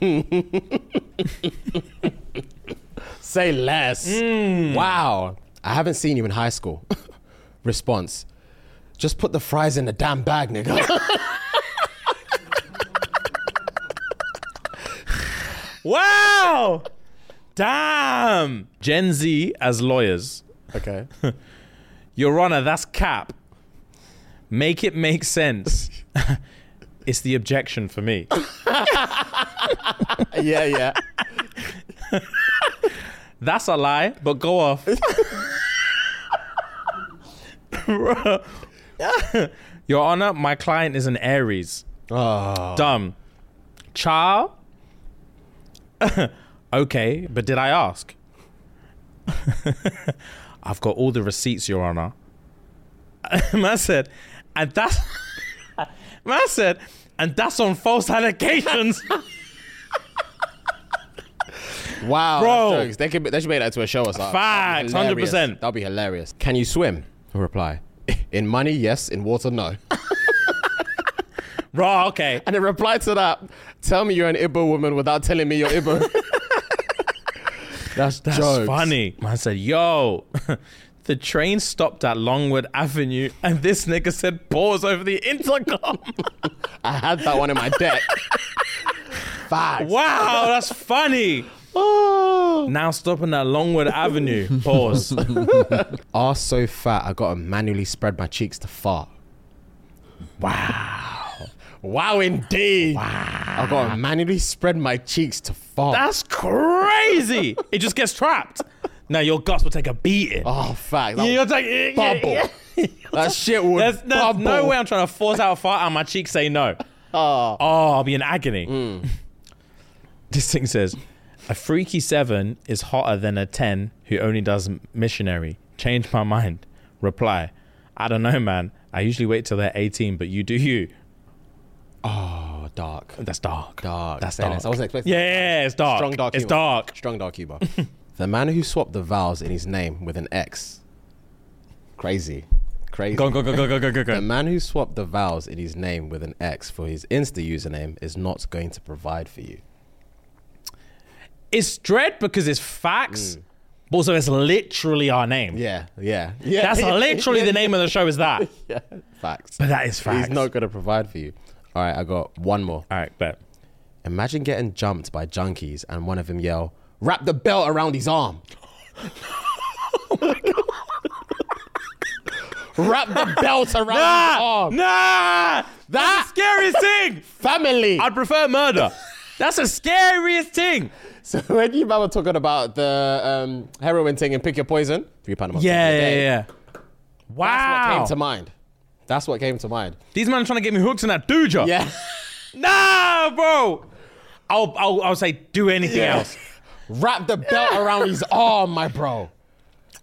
Say less.
Mm.
Wow. I haven't seen you in high school. Response. Just put the fries in the damn bag, nigga.
wow! Damn! Gen Z as lawyers.
okay.
Your Honor, that's cap. Make it make sense. it's the objection for me.
Yeah, yeah.
That's a lie, but go off. Bruh. Your Honor, my client is an Aries. Dumb. Child? okay, but did I ask? I've got all the receipts, Your Honor. Man said, and that's. Man said, and that's on false allegations.
Wow.
Bro.
that's jokes. They, could, they should make that to a show or something. That'd be
Facts,
hilarious.
100%.
That'd be hilarious. Can you swim? Reply. In money, yes. In water, no.
Raw, okay.
And in reply to that, tell me you're an Igbo woman without telling me you're Igbo. that's
That's
jokes.
funny. Man said, yo, the train stopped at Longwood Avenue and this nigga said pause over the intercom.
I had that one in my deck. Facts.
wow, that's funny. Now stopping at Longwood Avenue. Pause.
Are so fat, I gotta manually spread my cheeks to fart. Wow. Wow, indeed. Wow. I gotta manually spread my cheeks to fart.
Ah. That's crazy. It just gets trapped. Now your guts will take a beating.
oh, fact. That
You're
would
like, eh, yeah,
bubble.
yeah.
That shit would
There's, there's
bubble. Ah.
no way I'm trying to force out a fart and my cheeks say no. Oh, I'll be in agony.
Hmm.
this thing says, a freaky seven is hotter than a 10 who only does missionary. Change my mind. Reply, I don't know, man. I usually wait till they're 18, but you do you.
Oh, dark.
That's dark.
Dark.
That's
Say
dark.
less. I wasn't expecting
Yeah,
that.
yeah, it's dark.
Strong dark
It's
humor.
dark.
Strong dark humor. the man who swapped the vowels in his name with an X. Crazy. Crazy.
Go, go, go, go, go, go, go,
The
go.
man who swapped the vowels in his name with an X for his Insta username is not going to provide for you.
It's dread because it's facts, but also it's literally our name.
Hmm. Yeah, yeah, yeah.
That's
yeah,
literally
yeah,
the name of the show is that.
yeah. Facts.
But that is facts.
He's not going to provide for you. All right, I got one more.
All right, bet.
Imagine getting jumped by junkies and one of them yell, "Wrap the belt around his arm." Wrap the belt around his
Nah,
arm.
Oh. nah, that's
That-
the scariest thing.
Family.
I'd prefer murder. That's the scariest thing.
So when you man were talking about the um, heroin thing and pick your poison, three pound a month.
Yeah,
a
yeah,
day,
yeah.
That's what
Wow.
came to mind. That's what came to mind.
These men are trying to get me hooked in that duja.
Yeah.
nah, bro. I'll, I'll, I'll say do anything else.
Wrap the belt around his arm, my bro.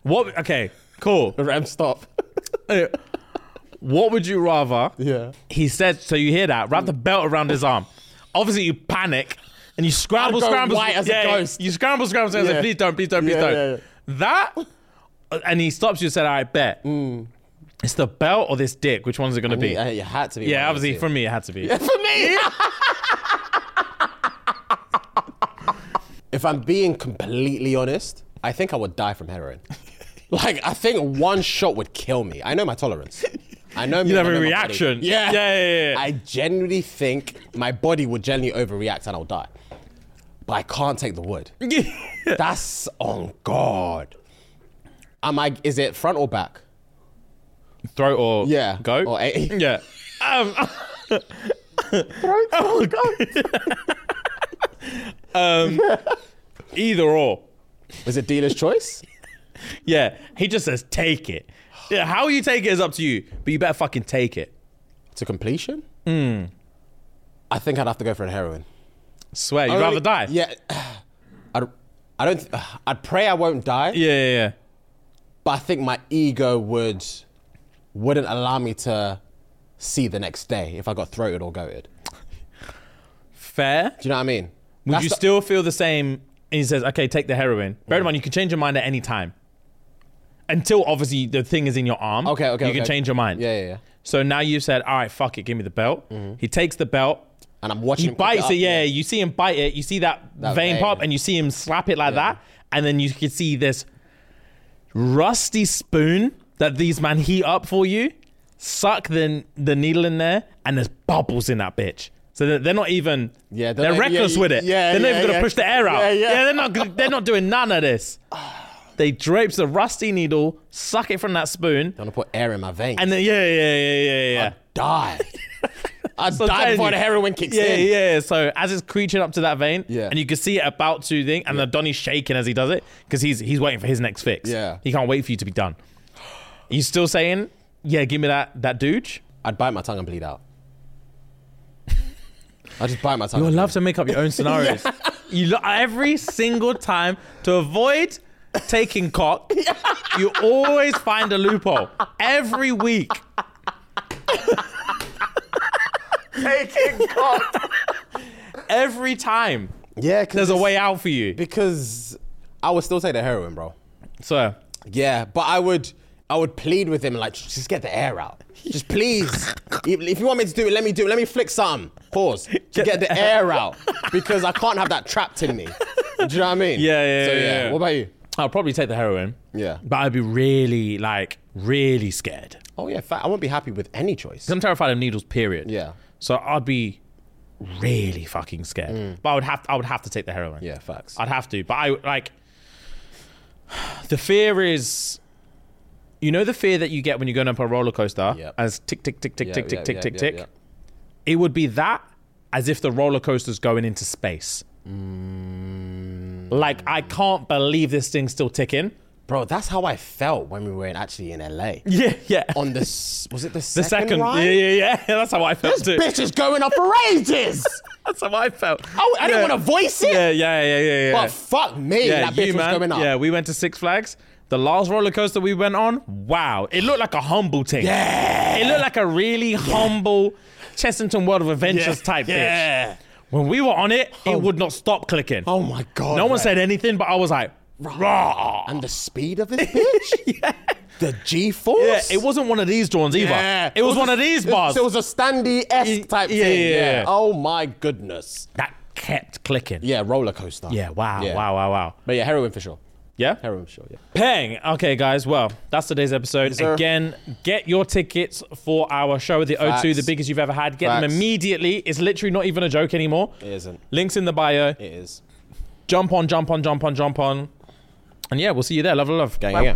What? Okay, cool.
Ram, stop.
What would you rather?
Yeah.
He said. So you hear that? Wrap the belt around his arm. Obviously, you panic and you scramble,
I'd go
scramble,
white as a
yeah, yeah,
ghost.
You scramble, scramble, scramble.
Yeah.
Say, please don't, please don't, please
Yeah, Mm.
don't. That. And he stops you and said, "I bet." It's the belt or this dick. Which one's it going to be?
Yeah, it had to be.
yeah,
one of the
obviously
two.
for me it had to be.
for me. if I'm being completely honest, I think I would die from heroin. Like, I think one shot would kill me. I know my tolerance. I know me.
You'd
I
have a
know my body.
reaction.
Yeah.
Yeah, yeah, yeah.
I genuinely think my body would genuinely overreact and I'll die. But I can't take the wood. That's on God. Am I? Is it front or back?
Throat or
Yeah.
go
Or a-
yeah. Um, Oh, God. um, either or.
Is it dealer's choice?
Yeah, he just says take it. Yeah, how you take it is up to you, but you better fucking take it.
to completion?
Hmm.
I think I'd have to go for a heroin.
Swear, you'd rather
Only-
die.
Oh, Yeah. I'd, I don't. th- I'd pray I won't die,
yeah, yeah, yeah.
but I think my ego would wouldn't allow me to see the next day if I got throated or goated. Do
Fair.
you know what I mean?
Would
That's
you
the-
still feel the same? And he says, okay, take the heroin. Bear in mind, you can change your mind at any time. Until obviously the thing is in your arm.
Okay. Okay.
You can
okay.
change your mind.
Yeah. Mm-hmm. Yeah. yeah.
So now you said, all right, fuck it, give me the belt. He takes the belt.
And I'm watching.
He
him pick
bites
up,
it, yeah, You see him bite it. You see that,
That
vein,
vein.
pop, and you see him slap it like that. And then you can see this rusty spoon that these man heat up for you. Suck the the needle in there, and there's bubbles in that bitch. So they're, they're not even.
Yeah,
they're,
they're not-
reckless
yeah,
with it.
yeah,
they're not
yeah,
even gonna
yeah.
push the air out.
Yeah, yeah.
they're not. They're not doing none of this. They drapes the rusty needle, suck it from that spoon,
I'm gonna put air in my veins.
and then yeah, yeah, yeah, yeah, yeah.
die. I'd
So I'm
die
telling
before
you.
the heroin kicks
yeah,
in.
Yeah, yeah. So as it's creeping up to that vein,
Yeah.
and you can see it about to thing, and the Donny's shaking as he does it because he's he's waiting for his next fix.
Yeah.
he can't wait for you to be done. You still saying, yeah, give me that that douche?
I'd bite my tongue and bleed out. I just bite my tongue.
You
and
love to make up your own scenarios. You lo- every single time to avoid taking cock, you always find a loophole every week.
Taking
Every time
Yeah, 'cause
there's a
it's-
way out for you.
Because I would still take the heroin, bro.
So
Yeah, but I would I would plead with him like just get the air out. Just please. if if you want me to do it, let me do it. Let me flick something. Pause. To get, the air out. Because I can't have that trapped in me. Do you know what I mean?
Yeah, yeah,
so,
yeah, yeah.
What about you?
I'll probably take the heroin.
Yeah.
But I'd be really, like, really scared.
Oh yeah, fat. I won't be happy with any choice.
'Cause I'm terrified of needles, period.
Yeah.
So I'd be really fucking scared. But I would have I would have to take the heroin.
Mm. Yeah, facts.
I'd have to. But I like the fear is you know the fear that you get when you're going up a roller coaster
Yep.
as tick tick tick tick
Yeah,
tick tick
yeah,
tick
yeah,
tick
yeah,
tick.
yeah.
It would be that as if the roller coaster's going into space.
Mm.
Like I can't believe this thing's still ticking.
Bro, that's how I felt when we were in, actually in LA.
Yeah, yeah.
On the s- was it the second?
the second,
ride?
yeah, yeah, yeah. That's how I
This
felt too.
bitch is going up for ages.
That's how I felt.
Oh, I didn't
Yeah.
want to voice it.
Yeah, yeah, yeah, yeah, yeah.
But fuck me,
yeah,
that bitch
you,
was
man.
going up.
Yeah, we went to Six Flags. The last roller coaster we went on, wow, it looked like a humble thing. Yeah, it looked like a really humble Chessington World of Adventures type bitch.
yeah.
When we were on it, it would not stop clicking.
Oh my god.
no one
right.
said anything, but I was like, rah.
And the speed of this bitch? The G force?
Yeah, it wasn't one of these drawings either. It was, one
a-
of these
it-
bars
It was a standy
Yeah,
esque type
yeah,
thing.
yeah,
Yeah,
yeah.
Oh my goodness.
that kept clicking.
Yeah, roller coaster.
Yeah, wow,
Yeah.
wow, wow, wow.
But yeah, heroin for sure.
Yeah?
Heroin for sure. Yeah.
Pang. Okay, guys. Well, that's today's episode.
sir.
Again, get your tickets for our show at the O2,
Facts.
the biggest you've ever had. Get them
Facts.
immediately. It's literally not even a joke anymore.
It isn't.
Links in the bio.
It is.
Jump on, jump on, jump on, jump on. And yeah, we'll see you there. Love, love, love.
Gang, gang.